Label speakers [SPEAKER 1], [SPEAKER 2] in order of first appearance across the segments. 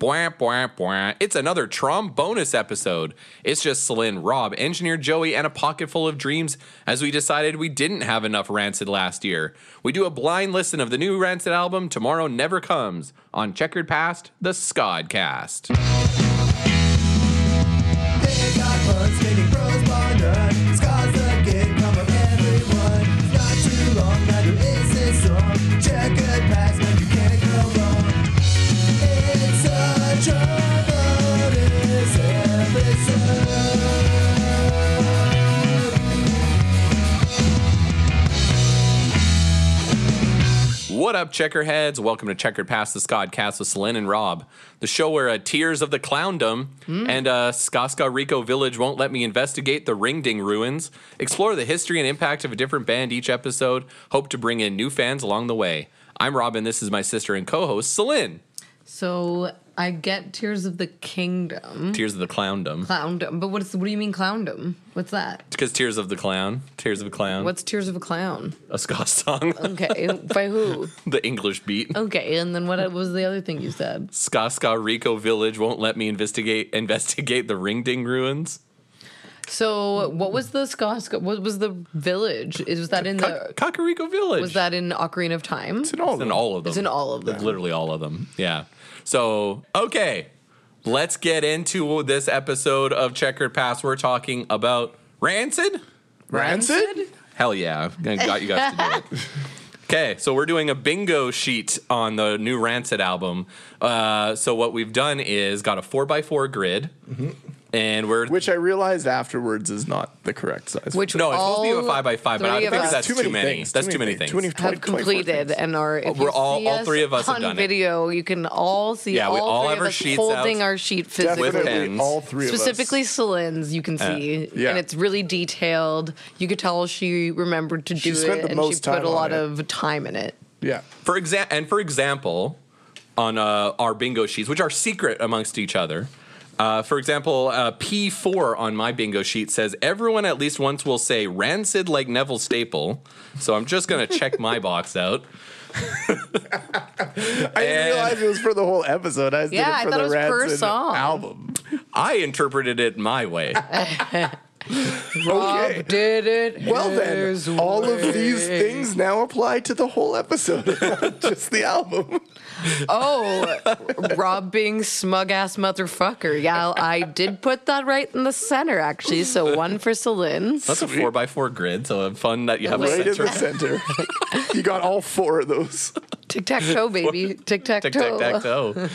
[SPEAKER 1] Bwah, bwah, bwah. It's another Trom bonus episode. It's just Celine, Rob, Engineer Joey, and a pocket full of dreams as we decided we didn't have enough Rancid last year. We do a blind listen of the new Rancid album, Tomorrow Never Comes, on Checkered Past, the Scodcast.
[SPEAKER 2] They got bugs, making pros by none. Scott's the gig come of everyone. It's not too long, neither is this song. Check it past, man, you can't go wrong. It's such a bonus episode.
[SPEAKER 1] What up, checkerheads? Welcome to Checkered Past the Scottcast with Celine and Rob, the show where uh, tears of the clowndom
[SPEAKER 3] Hmm.
[SPEAKER 1] and uh, Skaska Rico Village won't let me investigate the Ringding ruins, explore the history and impact of a different band each episode, hope to bring in new fans along the way. I'm Rob, and this is my sister and co-host Celine.
[SPEAKER 3] So I get Tears of the Kingdom,
[SPEAKER 1] Tears of the clowndom,
[SPEAKER 3] clowndom. But what's what do you mean clowndom? What's that?
[SPEAKER 1] because tears of the clown, tears of a clown,
[SPEAKER 3] What's Tears of a Clown?
[SPEAKER 1] a ska song,
[SPEAKER 3] Okay, by who?
[SPEAKER 1] the English beat.
[SPEAKER 3] Okay, and then what was the other thing you said?
[SPEAKER 1] Skaska Rico Village won't let me investigate investigate the Ringding ruins.
[SPEAKER 3] So what was the Skoska? What was the village? Is was that in
[SPEAKER 1] Ka-
[SPEAKER 3] the?
[SPEAKER 1] Kakariko Village.
[SPEAKER 3] Was that in Ocarina of Time?
[SPEAKER 1] It's in all, of them.
[SPEAKER 3] It's in all of them.
[SPEAKER 1] Literally all of them. Yeah. So, okay. Let's get into this episode of Checkered Pass. We're talking about Rancid?
[SPEAKER 3] Rancid?
[SPEAKER 1] Hell yeah. I got you guys to do it. Okay, so we're doing a bingo sheet on the new Rancid album. Uh, so what we've done is got a 4x4 grid, and we're...
[SPEAKER 4] Which I realized afterwards is not the correct size.
[SPEAKER 3] Which
[SPEAKER 1] no, it's supposed to be a
[SPEAKER 3] all
[SPEAKER 1] 5x5, but I
[SPEAKER 3] three of
[SPEAKER 1] figured
[SPEAKER 3] us
[SPEAKER 1] that's too many. That's too many
[SPEAKER 4] Too
[SPEAKER 1] things.
[SPEAKER 4] many,
[SPEAKER 3] have
[SPEAKER 4] 20, 24
[SPEAKER 3] completed
[SPEAKER 4] things.
[SPEAKER 3] and are. If
[SPEAKER 1] Oh, We're
[SPEAKER 3] you
[SPEAKER 1] all-
[SPEAKER 3] see
[SPEAKER 1] all three
[SPEAKER 3] us
[SPEAKER 1] of us have
[SPEAKER 3] on
[SPEAKER 1] done it.
[SPEAKER 3] video. You can all see.
[SPEAKER 1] Yeah,
[SPEAKER 3] all
[SPEAKER 1] we all
[SPEAKER 3] three
[SPEAKER 1] have
[SPEAKER 3] of
[SPEAKER 1] our
[SPEAKER 3] us
[SPEAKER 1] sheets
[SPEAKER 3] holding
[SPEAKER 1] out.
[SPEAKER 3] our sheet physically.
[SPEAKER 4] Definitely
[SPEAKER 1] pens.
[SPEAKER 4] all three of us.
[SPEAKER 3] specifically Celine's you can
[SPEAKER 1] Uh,
[SPEAKER 3] see
[SPEAKER 4] yeah.
[SPEAKER 3] and it's really detailed you could tell she remembered to do
[SPEAKER 4] spent
[SPEAKER 3] it
[SPEAKER 4] the
[SPEAKER 3] and she
[SPEAKER 4] most
[SPEAKER 3] put
[SPEAKER 4] time
[SPEAKER 3] a
[SPEAKER 4] on
[SPEAKER 3] lot
[SPEAKER 4] it.
[SPEAKER 3] of time in it
[SPEAKER 4] Yeah.
[SPEAKER 1] For exa- and for example, on uh, our bingo sheets, which are secret amongst each other. Uh, for example, uh, P4 on my bingo sheet says everyone at least once will say rancid like Neville Staple. So I'm just gonna check my box out.
[SPEAKER 4] I didn't
[SPEAKER 1] And-
[SPEAKER 4] realize it was for the whole episode. I just
[SPEAKER 3] Yeah, I
[SPEAKER 4] did it for
[SPEAKER 3] thought it
[SPEAKER 4] the
[SPEAKER 3] was per
[SPEAKER 4] Rancid
[SPEAKER 3] song.
[SPEAKER 4] album.
[SPEAKER 1] I interpreted it my way.
[SPEAKER 4] Okay.
[SPEAKER 3] did it
[SPEAKER 4] well then, all of these things now apply to the whole episode, not just the album.
[SPEAKER 3] oh Rob being smug ass motherfucker yeah I did put that right in the center actually so one for Celine
[SPEAKER 1] That's a four by four grid, so fun that you have
[SPEAKER 4] Right
[SPEAKER 1] a
[SPEAKER 4] in the
[SPEAKER 1] center.
[SPEAKER 4] center. you got all four of those.
[SPEAKER 3] tic tac toe baby tic tac
[SPEAKER 1] Tic tac tac
[SPEAKER 3] toe
[SPEAKER 1] toe.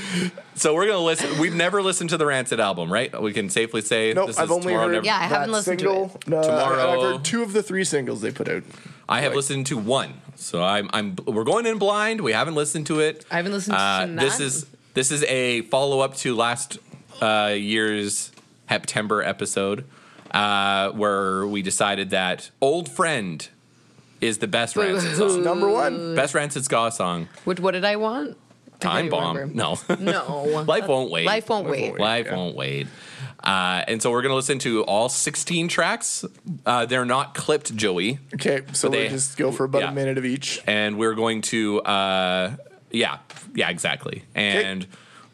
[SPEAKER 1] So we're gonna listen. We've never listened to the Rancid album, right? We can safely say
[SPEAKER 4] Nope, I've only
[SPEAKER 1] tomorrow.
[SPEAKER 4] heard
[SPEAKER 1] never-
[SPEAKER 3] Yeah, I haven't
[SPEAKER 4] that
[SPEAKER 3] listened to
[SPEAKER 4] single. To it.
[SPEAKER 1] Tomorrow.
[SPEAKER 4] I've heard two of the three singles they put out.
[SPEAKER 1] I have listened to one, so I'm I'm we're going in blind. We haven't listened to it. Uh,
[SPEAKER 3] I haven't listened to none.
[SPEAKER 1] This is this is a follow up to last uh, year's September episode, uh, where we decided that "Old Friend" is the best rancid song,
[SPEAKER 4] Number one.
[SPEAKER 1] best rancid ska song.
[SPEAKER 3] which what did I want
[SPEAKER 1] Time
[SPEAKER 3] can't
[SPEAKER 1] bomb.
[SPEAKER 3] remember.
[SPEAKER 1] No,
[SPEAKER 3] no
[SPEAKER 1] life won't wait.
[SPEAKER 3] life won't
[SPEAKER 4] won't
[SPEAKER 3] wait
[SPEAKER 4] wait.
[SPEAKER 1] Life
[SPEAKER 4] Yeah.
[SPEAKER 1] won't wait. Uh, and so we're gonna listen to all 16 tracks. Uh, they're not clipped, Joey.
[SPEAKER 4] Okay, so
[SPEAKER 1] they-
[SPEAKER 4] we just go for about
[SPEAKER 1] yeah.
[SPEAKER 4] a minute of each.
[SPEAKER 1] and we're going to uh yeah yeah exactly and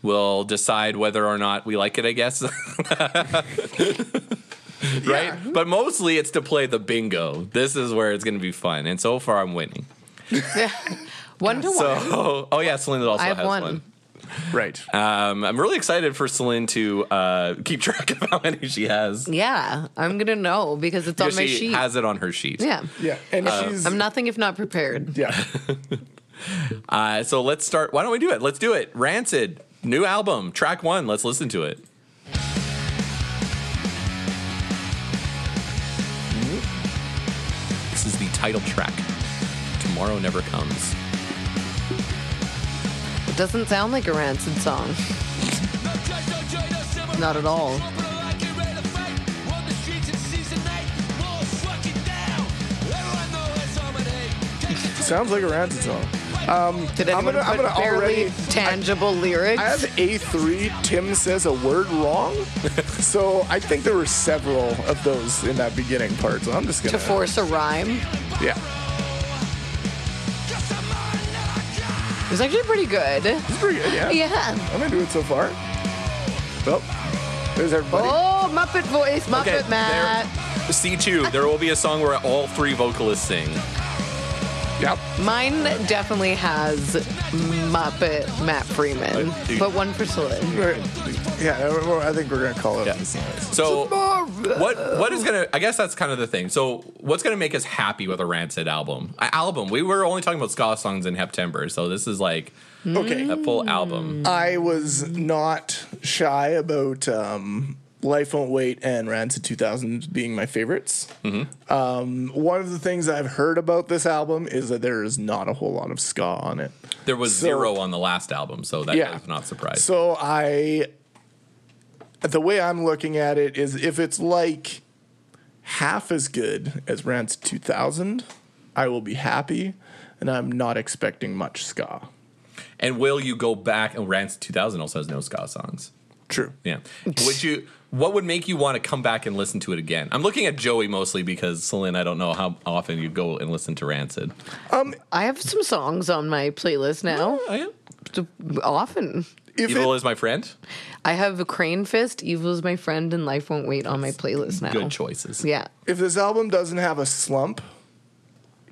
[SPEAKER 1] we'll decide whether or not we like it i guess right but mostly it's to play the bingo this is where it's going to be fun and so far i'm winning
[SPEAKER 3] one to one
[SPEAKER 1] so oh yeah celine also
[SPEAKER 3] I have
[SPEAKER 1] has
[SPEAKER 3] one.
[SPEAKER 1] one
[SPEAKER 4] Right.
[SPEAKER 1] um, i'm really excited for celine to uh, keep track of how many she has
[SPEAKER 3] Yeah, I'm gonna know because it's on
[SPEAKER 1] Because
[SPEAKER 3] my
[SPEAKER 1] she
[SPEAKER 3] sheet.
[SPEAKER 1] has it on her sheet
[SPEAKER 3] yeah.
[SPEAKER 4] yeah, and she's
[SPEAKER 3] Uh, I'm nothing if not prepared.
[SPEAKER 4] yeah.
[SPEAKER 1] uh, so let's start why don't we do it let's do it rancid new album track one let's listen to it This is the title track. Tomorrow never comes.
[SPEAKER 3] It doesn't sound like a rancid song. Not at all.
[SPEAKER 4] Sounds like a rancid song.
[SPEAKER 3] Did
[SPEAKER 4] I'm
[SPEAKER 3] anyone
[SPEAKER 4] gonna- I'm
[SPEAKER 3] put
[SPEAKER 4] gonna
[SPEAKER 3] barely
[SPEAKER 4] already-
[SPEAKER 3] tangible lyrics?
[SPEAKER 4] I have A3. Tim says a word wrong, so I think there were several of those in that beginning part. So I'm just gonna
[SPEAKER 3] to force a rhyme.
[SPEAKER 4] Yeah.
[SPEAKER 3] was actually pretty good.
[SPEAKER 4] It's pretty good, yeah.
[SPEAKER 3] Yeah.
[SPEAKER 4] I'm into it so far. Well, there's everybody.
[SPEAKER 3] Oh, Muppet voice, Muppet
[SPEAKER 1] there-
[SPEAKER 3] Matt.
[SPEAKER 1] C2, there will be a song where all three vocalists sing.
[SPEAKER 4] Yep.
[SPEAKER 3] Mine definitely has Muppet Matt Freeman,
[SPEAKER 1] Uh, dude.
[SPEAKER 3] but one for Celine.
[SPEAKER 4] We're- Yeah, we're- I think we're gonna call it.
[SPEAKER 1] Yeah. So what what is gonna I guess that's kind of the thing. So what's gonna make us happy with a rancid album? A album. We were only talking about ska songs in September, so this is like
[SPEAKER 3] Mm-hmm.
[SPEAKER 4] Okay.
[SPEAKER 1] a full album.
[SPEAKER 4] I was not shy about um, Life Won't Wait and Rancid 2000 being my favorites. Um, one of the things I've heard about this album is that there is not a whole lot of ska on it.
[SPEAKER 1] There was
[SPEAKER 4] so-
[SPEAKER 1] zero on the last album, so that
[SPEAKER 4] Yeah.
[SPEAKER 1] does not surprise.
[SPEAKER 4] So I, the way I'm looking at it is if it's like half as good as Rancid 2000, I will be happy, and I'm not expecting much ska.
[SPEAKER 1] and will you go back and Rancid 2000 also has no ska songs.
[SPEAKER 4] True.
[SPEAKER 1] Yeah. Would you? What would make you want to come back and listen to it again? I'm looking at Joey mostly because Celine, I don't know how often you go and listen to Rancid.
[SPEAKER 4] Um,
[SPEAKER 3] I have some songs on my playlist now.
[SPEAKER 1] I am.
[SPEAKER 3] Often.
[SPEAKER 4] If
[SPEAKER 1] Evil
[SPEAKER 4] it,
[SPEAKER 1] is my friend.
[SPEAKER 3] I have Crane Fist, Evil is My Friend, and Life Won't Wait on my playlist now.
[SPEAKER 1] Good choices.
[SPEAKER 3] Yeah.
[SPEAKER 4] if this album doesn't have a slump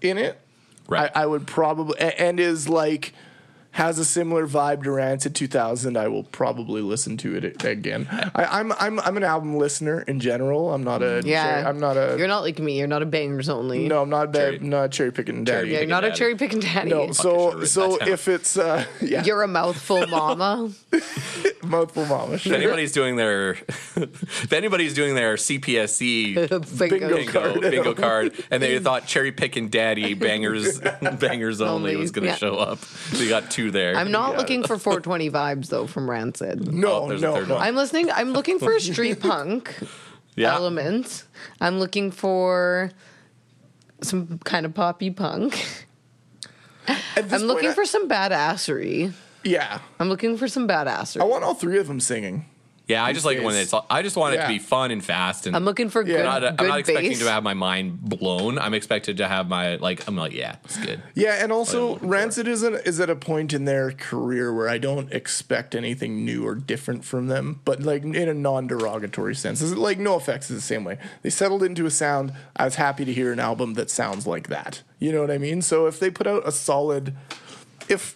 [SPEAKER 4] in it,
[SPEAKER 1] Right.
[SPEAKER 4] I, I would probably a- and is like has a similar vibe to Rancid 2000. I will probably listen to it again. I, I'm I'm I'm an album listener in general. I'm not a
[SPEAKER 3] Mm-hmm. Yeah.
[SPEAKER 4] cherry- I'm not a
[SPEAKER 3] You're not like me. You're not a bangers only.
[SPEAKER 4] no. I'm not a
[SPEAKER 1] Cherry-
[SPEAKER 4] ba- not a cherry picking daddy.
[SPEAKER 3] Yeah,
[SPEAKER 1] picking
[SPEAKER 3] you're not a
[SPEAKER 1] daddy.
[SPEAKER 3] cherry picking daddy.
[SPEAKER 4] No,
[SPEAKER 1] should've
[SPEAKER 4] so
[SPEAKER 1] written
[SPEAKER 4] so
[SPEAKER 1] that down.
[SPEAKER 4] if it's uh yeah,
[SPEAKER 3] You're a mouthful mama.
[SPEAKER 4] mouthful mama.
[SPEAKER 1] If
[SPEAKER 4] Sure.
[SPEAKER 1] anybody's doing their, if anybody's doing their CPSC
[SPEAKER 3] Bingo.
[SPEAKER 1] E bingo card, bingo card, and they thought cherry picking daddy bangers bangers only,
[SPEAKER 3] Only,
[SPEAKER 1] was going to
[SPEAKER 3] yeah.
[SPEAKER 1] show up. So you got two there.
[SPEAKER 3] I'm not
[SPEAKER 4] Yeah.
[SPEAKER 3] looking for 420 vibes though from Rancid.
[SPEAKER 4] No,
[SPEAKER 1] Oh, there's a
[SPEAKER 4] no,
[SPEAKER 1] third
[SPEAKER 4] no.
[SPEAKER 1] one.
[SPEAKER 3] I'm listening. I'm looking for street punk
[SPEAKER 1] Yeah.
[SPEAKER 3] elements. I'm looking for some kind of poppy punk.
[SPEAKER 4] At this
[SPEAKER 3] I'm looking
[SPEAKER 4] point,
[SPEAKER 3] for some badassery.
[SPEAKER 4] I, yeah.
[SPEAKER 3] I'm looking for some
[SPEAKER 4] I
[SPEAKER 3] badassery.
[SPEAKER 4] want all three of them singing.
[SPEAKER 1] Yeah, I just like when
[SPEAKER 4] days.
[SPEAKER 1] it's. I just want it
[SPEAKER 4] Yeah.
[SPEAKER 1] to be fun and fast and
[SPEAKER 3] I'm looking for
[SPEAKER 4] Yeah.
[SPEAKER 3] good,
[SPEAKER 1] not, I'm
[SPEAKER 3] good
[SPEAKER 1] not expecting
[SPEAKER 3] bass.
[SPEAKER 1] to have my mind blown. I'm expected to have my like. I'm like, yeah, it's good.
[SPEAKER 4] Yeah,
[SPEAKER 1] I'm
[SPEAKER 4] and also
[SPEAKER 1] looking for.
[SPEAKER 4] Rancid is an, is at a point in their career where I don't expect anything new or different from them, but like in a non-derogatory sense. This is like No Effects is the same way. They settled into a sound. I was happy to hear an album that sounds like that. You know what I mean? So if they put out a solid, if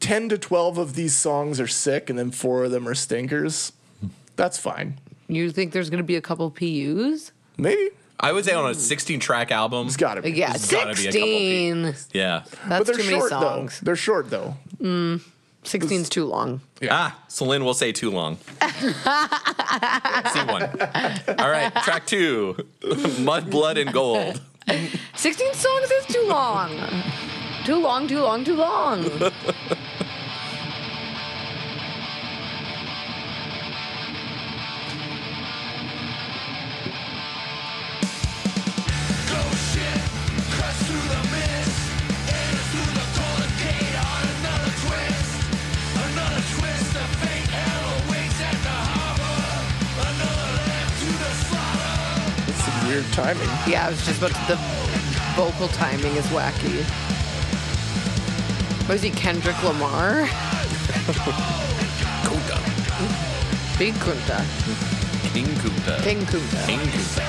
[SPEAKER 4] ten to twelve of these songs are sick and then four of them are stinkers, that's fine.
[SPEAKER 3] You think there's going to be a couple PUs?
[SPEAKER 4] Maybe
[SPEAKER 1] I would say on a 16 track album.
[SPEAKER 4] it's got to be.
[SPEAKER 3] Yeah,
[SPEAKER 1] There's gotta be a couple
[SPEAKER 3] 16.
[SPEAKER 1] Yeah.
[SPEAKER 4] but
[SPEAKER 3] That's
[SPEAKER 4] they're
[SPEAKER 3] too many
[SPEAKER 4] short
[SPEAKER 3] songs.
[SPEAKER 4] though. They're short though.
[SPEAKER 3] 16's too long.
[SPEAKER 1] Ah, Celine will say too long. See one. All right, track two Mud, Blood, and Gold.
[SPEAKER 3] 16 songs is too long. too long, too long, too long.
[SPEAKER 4] It's some weird timing.
[SPEAKER 3] yeah, I was just about to, the vocal timing is wacky. Was he Kendrick Lamar? Big Kunta.
[SPEAKER 1] King Kunta.
[SPEAKER 3] King Kunta.
[SPEAKER 1] King Kunta.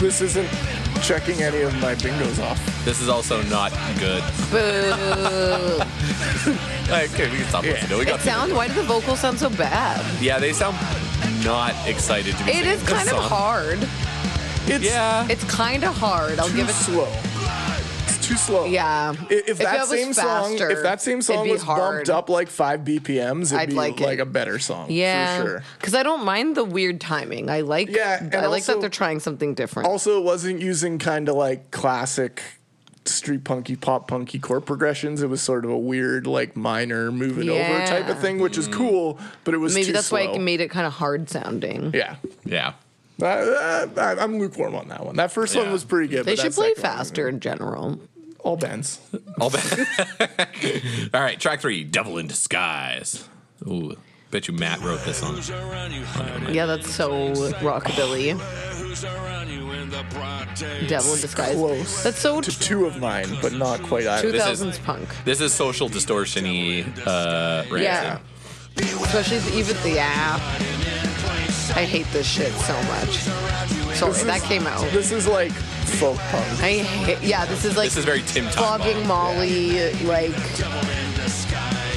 [SPEAKER 4] This isn't checking any of my bingos off.
[SPEAKER 1] This is also not good.
[SPEAKER 3] Boo.
[SPEAKER 1] Okay, we can stop listening. to it. We
[SPEAKER 3] it
[SPEAKER 1] got
[SPEAKER 3] sounds, why do the vocals sound so bad?
[SPEAKER 1] yeah, they sound not excited to be
[SPEAKER 3] It
[SPEAKER 1] singing
[SPEAKER 3] is
[SPEAKER 1] this
[SPEAKER 3] kind of
[SPEAKER 1] song.
[SPEAKER 3] hard.
[SPEAKER 4] It's
[SPEAKER 1] Yeah.
[SPEAKER 3] It's kind of hard. I'll
[SPEAKER 4] too
[SPEAKER 3] give it
[SPEAKER 4] slow. It's too slow.
[SPEAKER 3] Yeah.
[SPEAKER 4] I- If, that
[SPEAKER 3] it was
[SPEAKER 4] same
[SPEAKER 3] faster,
[SPEAKER 4] song, if that same
[SPEAKER 3] it'd
[SPEAKER 4] song
[SPEAKER 3] be
[SPEAKER 4] was
[SPEAKER 3] hard.
[SPEAKER 4] bumped up like five BPMs, it'd
[SPEAKER 3] I'd
[SPEAKER 4] be
[SPEAKER 3] like
[SPEAKER 4] like,
[SPEAKER 3] it.
[SPEAKER 4] a better song.
[SPEAKER 3] Yeah,
[SPEAKER 4] for sure.
[SPEAKER 3] Because I don't mind the weird timing. I like.
[SPEAKER 4] Yeah, and
[SPEAKER 3] I like that
[SPEAKER 4] also-
[SPEAKER 3] they're trying something different.
[SPEAKER 4] Also, it wasn't using kind of like classic street punky, pop punky chord progressions. It was sort of a weird like minor moving over type
[SPEAKER 3] Yeah. Mm-hmm.
[SPEAKER 4] of thing, which is cool, but it was
[SPEAKER 3] Maybe
[SPEAKER 4] too
[SPEAKER 3] that's why
[SPEAKER 4] slow.
[SPEAKER 3] it made it kind of hard sounding.
[SPEAKER 4] yeah.
[SPEAKER 1] Yeah.
[SPEAKER 4] Uh, uh, I- I'm lukewarm on that one. That first one
[SPEAKER 1] Yeah.
[SPEAKER 4] was pretty good.
[SPEAKER 3] They
[SPEAKER 4] but
[SPEAKER 3] should
[SPEAKER 4] that
[SPEAKER 3] play
[SPEAKER 4] second one-
[SPEAKER 3] faster in general.
[SPEAKER 4] all bands.
[SPEAKER 1] All, ba- All right, track three Devil in Disguise. Ooh, bet you Matt wrote this song.
[SPEAKER 3] Yeah, that's so rockabilly.
[SPEAKER 5] Who's around you in in the broad day.
[SPEAKER 3] Devil in disguise.
[SPEAKER 4] Close.
[SPEAKER 3] That's so
[SPEAKER 4] to two of mine, but not quite either.
[SPEAKER 1] This is-
[SPEAKER 3] 2000s punk.
[SPEAKER 1] This is social distortion y uh, rancid.
[SPEAKER 3] Yeah. Especially the, even the yeah. I hate this shit so much. Sorry,
[SPEAKER 4] This
[SPEAKER 3] that
[SPEAKER 4] is-
[SPEAKER 3] came out.
[SPEAKER 4] This is like folk punk.
[SPEAKER 3] I hate, yeah, this is like
[SPEAKER 1] This is very Tim Tom.
[SPEAKER 3] Flogging Molly, like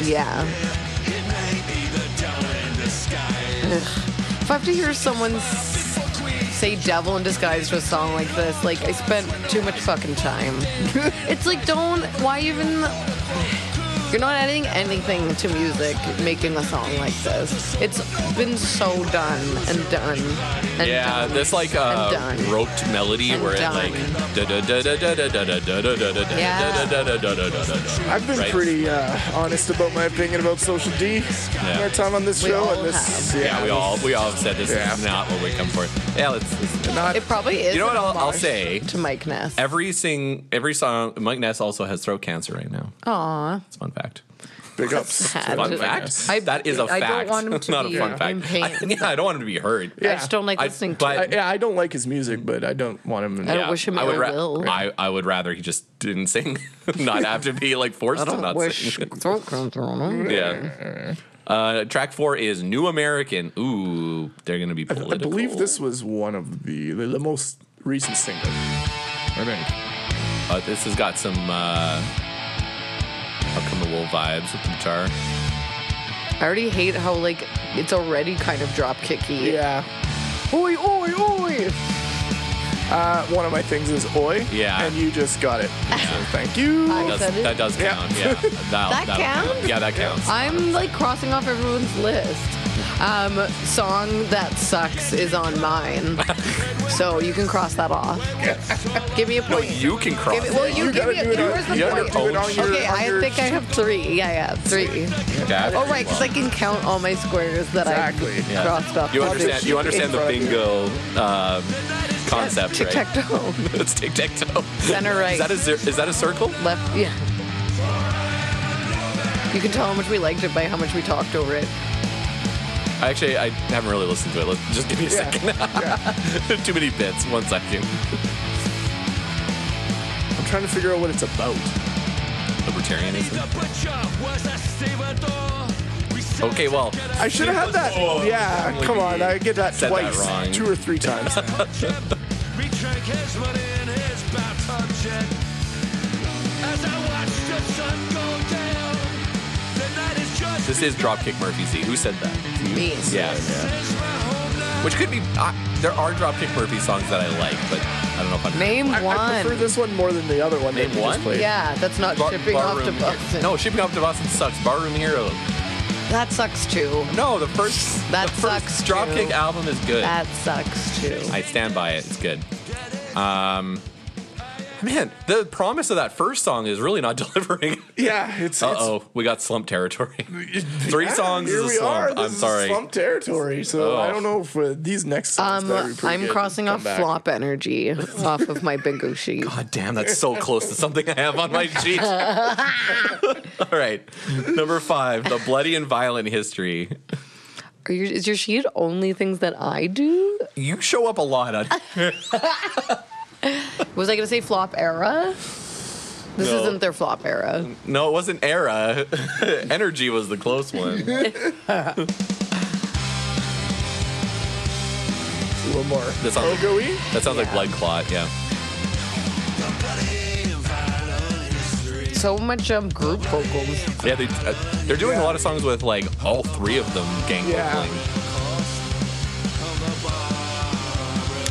[SPEAKER 3] yeah. Ugh. If I have to hear someone s- say "devil in disguise" to a song like this, like I spent too much fucking time. it's like, don't. Why even? You're not adding anything to music making a song like this. It's been so done and done. And
[SPEAKER 1] Yeah,
[SPEAKER 3] done
[SPEAKER 1] this like
[SPEAKER 3] and
[SPEAKER 1] uh,
[SPEAKER 3] done.
[SPEAKER 1] roped melody
[SPEAKER 3] I'm
[SPEAKER 1] where it
[SPEAKER 3] done.
[SPEAKER 1] like da da da da da da da da da da da da
[SPEAKER 3] Yeah.
[SPEAKER 1] da da da da da da da.
[SPEAKER 4] I've been
[SPEAKER 1] Right.
[SPEAKER 4] pretty uh, honest about my opinion about Social D.
[SPEAKER 1] Yeah.
[SPEAKER 4] Our time on this
[SPEAKER 3] We
[SPEAKER 4] show
[SPEAKER 3] all
[SPEAKER 4] and this,
[SPEAKER 1] Yeah, we all we all have said this
[SPEAKER 4] Yeah.
[SPEAKER 1] is not what we come for. Yeah, let's. let's-
[SPEAKER 4] not
[SPEAKER 3] It probably is.
[SPEAKER 1] You know what
[SPEAKER 3] an
[SPEAKER 1] I'll- I'll
[SPEAKER 3] homage
[SPEAKER 1] say?
[SPEAKER 3] to Mike Ness.
[SPEAKER 1] Every sing every song. Mike Ness also has throat cancer right now. Aww, it's a fun fact.
[SPEAKER 4] big ups.
[SPEAKER 3] sad.
[SPEAKER 4] to
[SPEAKER 1] Fun
[SPEAKER 4] Mike
[SPEAKER 1] fact.
[SPEAKER 4] Ness.
[SPEAKER 3] I-
[SPEAKER 1] that is a
[SPEAKER 3] I
[SPEAKER 1] fact.
[SPEAKER 3] don't want him to
[SPEAKER 1] not
[SPEAKER 3] be
[SPEAKER 1] a fun fact.
[SPEAKER 3] in pain.
[SPEAKER 1] I, yeah, I don't want him to be hurt.
[SPEAKER 3] I just don't like
[SPEAKER 1] I-
[SPEAKER 3] listening to.
[SPEAKER 1] but-
[SPEAKER 3] it.
[SPEAKER 4] I, yeah, I don't like his music, but I don't want him.
[SPEAKER 3] I don't wish him
[SPEAKER 1] would
[SPEAKER 3] ill will.
[SPEAKER 1] I, I would rather he just didn't sing, not have to be like forced
[SPEAKER 3] I
[SPEAKER 1] to
[SPEAKER 3] don't
[SPEAKER 1] not
[SPEAKER 3] wish
[SPEAKER 1] sing.
[SPEAKER 3] throat cancer on him.
[SPEAKER 1] yeah. Uh, track four is New American. Ooh, they're gonna be political.
[SPEAKER 4] I believe this was one of the the, the most recent single. I think.
[SPEAKER 1] Uh, this has got some uh, up from the wool vibes with the guitar.
[SPEAKER 3] I already hate how like it's already kind of drop kicky.
[SPEAKER 4] Yeah. Oi, oi, oi. Uh, one of my things is oi.
[SPEAKER 1] Yeah.
[SPEAKER 4] And you just got it. So thank you.
[SPEAKER 3] I-
[SPEAKER 1] Does,
[SPEAKER 3] that it?
[SPEAKER 1] that does
[SPEAKER 4] Yeah.
[SPEAKER 1] count. Yeah, That'll-
[SPEAKER 3] That
[SPEAKER 1] that'll
[SPEAKER 3] counts?
[SPEAKER 1] Yeah, that counts.
[SPEAKER 3] I'm like crossing off everyone's list. Um, song that sucks is on mine, so you can cross that off. Give me a
[SPEAKER 1] No,
[SPEAKER 3] point.
[SPEAKER 1] you can cross.
[SPEAKER 3] Give me, well,
[SPEAKER 1] it.
[SPEAKER 3] you,
[SPEAKER 4] You
[SPEAKER 3] give
[SPEAKER 4] gotta
[SPEAKER 3] me. A,
[SPEAKER 4] do it on-
[SPEAKER 3] here's the
[SPEAKER 4] you gotta
[SPEAKER 3] point.
[SPEAKER 4] do it on your-
[SPEAKER 3] okay,
[SPEAKER 4] on
[SPEAKER 3] I
[SPEAKER 4] your-
[SPEAKER 3] think I have three. Yeah, yeah, three.
[SPEAKER 1] Yeah.
[SPEAKER 3] Oh right, because I can count all my squares that
[SPEAKER 4] Exactly.
[SPEAKER 3] I
[SPEAKER 1] Yeah.
[SPEAKER 3] crossed off.
[SPEAKER 1] You understand? You understand the bingo um, concept,
[SPEAKER 3] Tic
[SPEAKER 1] right?
[SPEAKER 3] tac toe.
[SPEAKER 1] it's tic tac toe.
[SPEAKER 3] Center right.
[SPEAKER 1] Is that a zir- is that a circle?
[SPEAKER 3] left yeah you can tell how much we liked it by how much we talked over it
[SPEAKER 1] Actually, I haven't really listened to it. Let's, just give me a second. Too many bits. One second.
[SPEAKER 4] I'm trying to figure out what it's about.
[SPEAKER 1] Libertarianism. Okay, well,
[SPEAKER 4] I should have had that.
[SPEAKER 1] Oh,
[SPEAKER 4] yeah,
[SPEAKER 1] like
[SPEAKER 4] come
[SPEAKER 1] you
[SPEAKER 4] on. I get that
[SPEAKER 1] said that
[SPEAKER 4] twice,
[SPEAKER 1] wrong.
[SPEAKER 4] two or three times.
[SPEAKER 1] this is Dropkick Murphys. Who said that?
[SPEAKER 3] me
[SPEAKER 1] Yeah. Which could be. Uh, there are Dropkick Murphys songs that I like, but I don't know if I'm.
[SPEAKER 3] name
[SPEAKER 4] I,
[SPEAKER 3] one
[SPEAKER 4] I prefer this one more than the other one that
[SPEAKER 1] Name
[SPEAKER 4] you
[SPEAKER 1] one?
[SPEAKER 4] just played.
[SPEAKER 3] yeah that's not
[SPEAKER 1] Bar-
[SPEAKER 3] shipping off to
[SPEAKER 1] Barroom-
[SPEAKER 3] boston
[SPEAKER 1] No, shipping off to Boston sucks. Barroom Hero.
[SPEAKER 3] that sucks too
[SPEAKER 1] No, the first.
[SPEAKER 3] That
[SPEAKER 1] the first
[SPEAKER 3] sucks, too.
[SPEAKER 1] Dropkick album is good.
[SPEAKER 3] that sucks too
[SPEAKER 1] I stand by it. It's good. Um, man, the promise of that first song is really not delivering.
[SPEAKER 4] Yeah, it's.
[SPEAKER 1] Uh oh, we got slump territory.
[SPEAKER 4] it's
[SPEAKER 1] Three
[SPEAKER 4] yeah,
[SPEAKER 1] songs
[SPEAKER 4] here
[SPEAKER 1] is a
[SPEAKER 4] we
[SPEAKER 1] slump.
[SPEAKER 4] Are. This
[SPEAKER 1] I'm
[SPEAKER 4] is
[SPEAKER 1] sorry.
[SPEAKER 4] Slump territory. So
[SPEAKER 1] Oh.
[SPEAKER 4] I don't know if uh, these next songs.
[SPEAKER 3] um,
[SPEAKER 4] better be pretty
[SPEAKER 3] I'm
[SPEAKER 4] good.
[SPEAKER 3] crossing
[SPEAKER 4] Come
[SPEAKER 3] off
[SPEAKER 4] back.
[SPEAKER 3] flop energy off of my bingo sheet.
[SPEAKER 1] God damn, that's so close to something I have on my sheet. All right, number five: the bloody and violent history.
[SPEAKER 3] Are your, is your sheet only things that I do?
[SPEAKER 1] You show up a lot on.
[SPEAKER 3] Was I gonna say flop era? This
[SPEAKER 1] No.
[SPEAKER 3] isn't their flop era.
[SPEAKER 1] No, it wasn't era. Energy was the close one.
[SPEAKER 4] A little more. Oh,
[SPEAKER 1] That sounds like,
[SPEAKER 4] Ogoey?
[SPEAKER 1] that sounds like blood clot. Yeah.
[SPEAKER 3] So much um, group vocals.
[SPEAKER 1] Yeah, they, uh, they're doing a lot of songs with like all three of them gang
[SPEAKER 4] Yeah.
[SPEAKER 1] vocaling.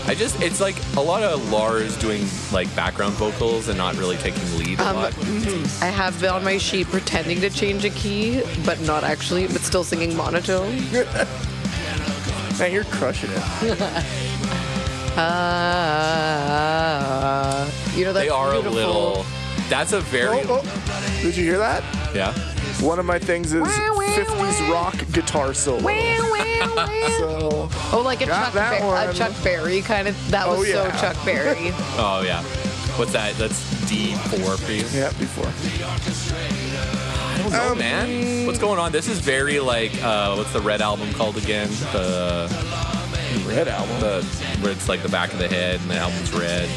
[SPEAKER 1] I just, it's like a lot of Lars doing like background vocals and not really taking lead a lot. Mm-hmm.
[SPEAKER 3] I have on my sheet pretending to change a key, but not actually, but still singing monotone.
[SPEAKER 4] Man, you're crushing it.
[SPEAKER 3] Uh, you know that
[SPEAKER 1] They are a
[SPEAKER 3] beautiful-
[SPEAKER 1] little. That's a very.
[SPEAKER 4] Oh, oh. Did you hear that?
[SPEAKER 1] Yeah.
[SPEAKER 4] One of my things is
[SPEAKER 3] Wah, wah,
[SPEAKER 4] 50s
[SPEAKER 3] wah.
[SPEAKER 4] rock guitar solo. So
[SPEAKER 3] Oh, like a
[SPEAKER 4] Got
[SPEAKER 3] Chuck,
[SPEAKER 4] that
[SPEAKER 3] Ber- a
[SPEAKER 4] one.
[SPEAKER 3] Chuck Berry kind of. That was
[SPEAKER 4] Oh,
[SPEAKER 3] so
[SPEAKER 4] yeah.
[SPEAKER 3] Chuck Berry.
[SPEAKER 1] Oh, yeah. What's that? That's D4 for you.
[SPEAKER 4] yeah, before.
[SPEAKER 1] I don't
[SPEAKER 4] Um,
[SPEAKER 1] know, man. What's going on? This is very like, uh, what's the red album called again? The
[SPEAKER 4] Red album.
[SPEAKER 1] the where it's like the back of the head and the album's red.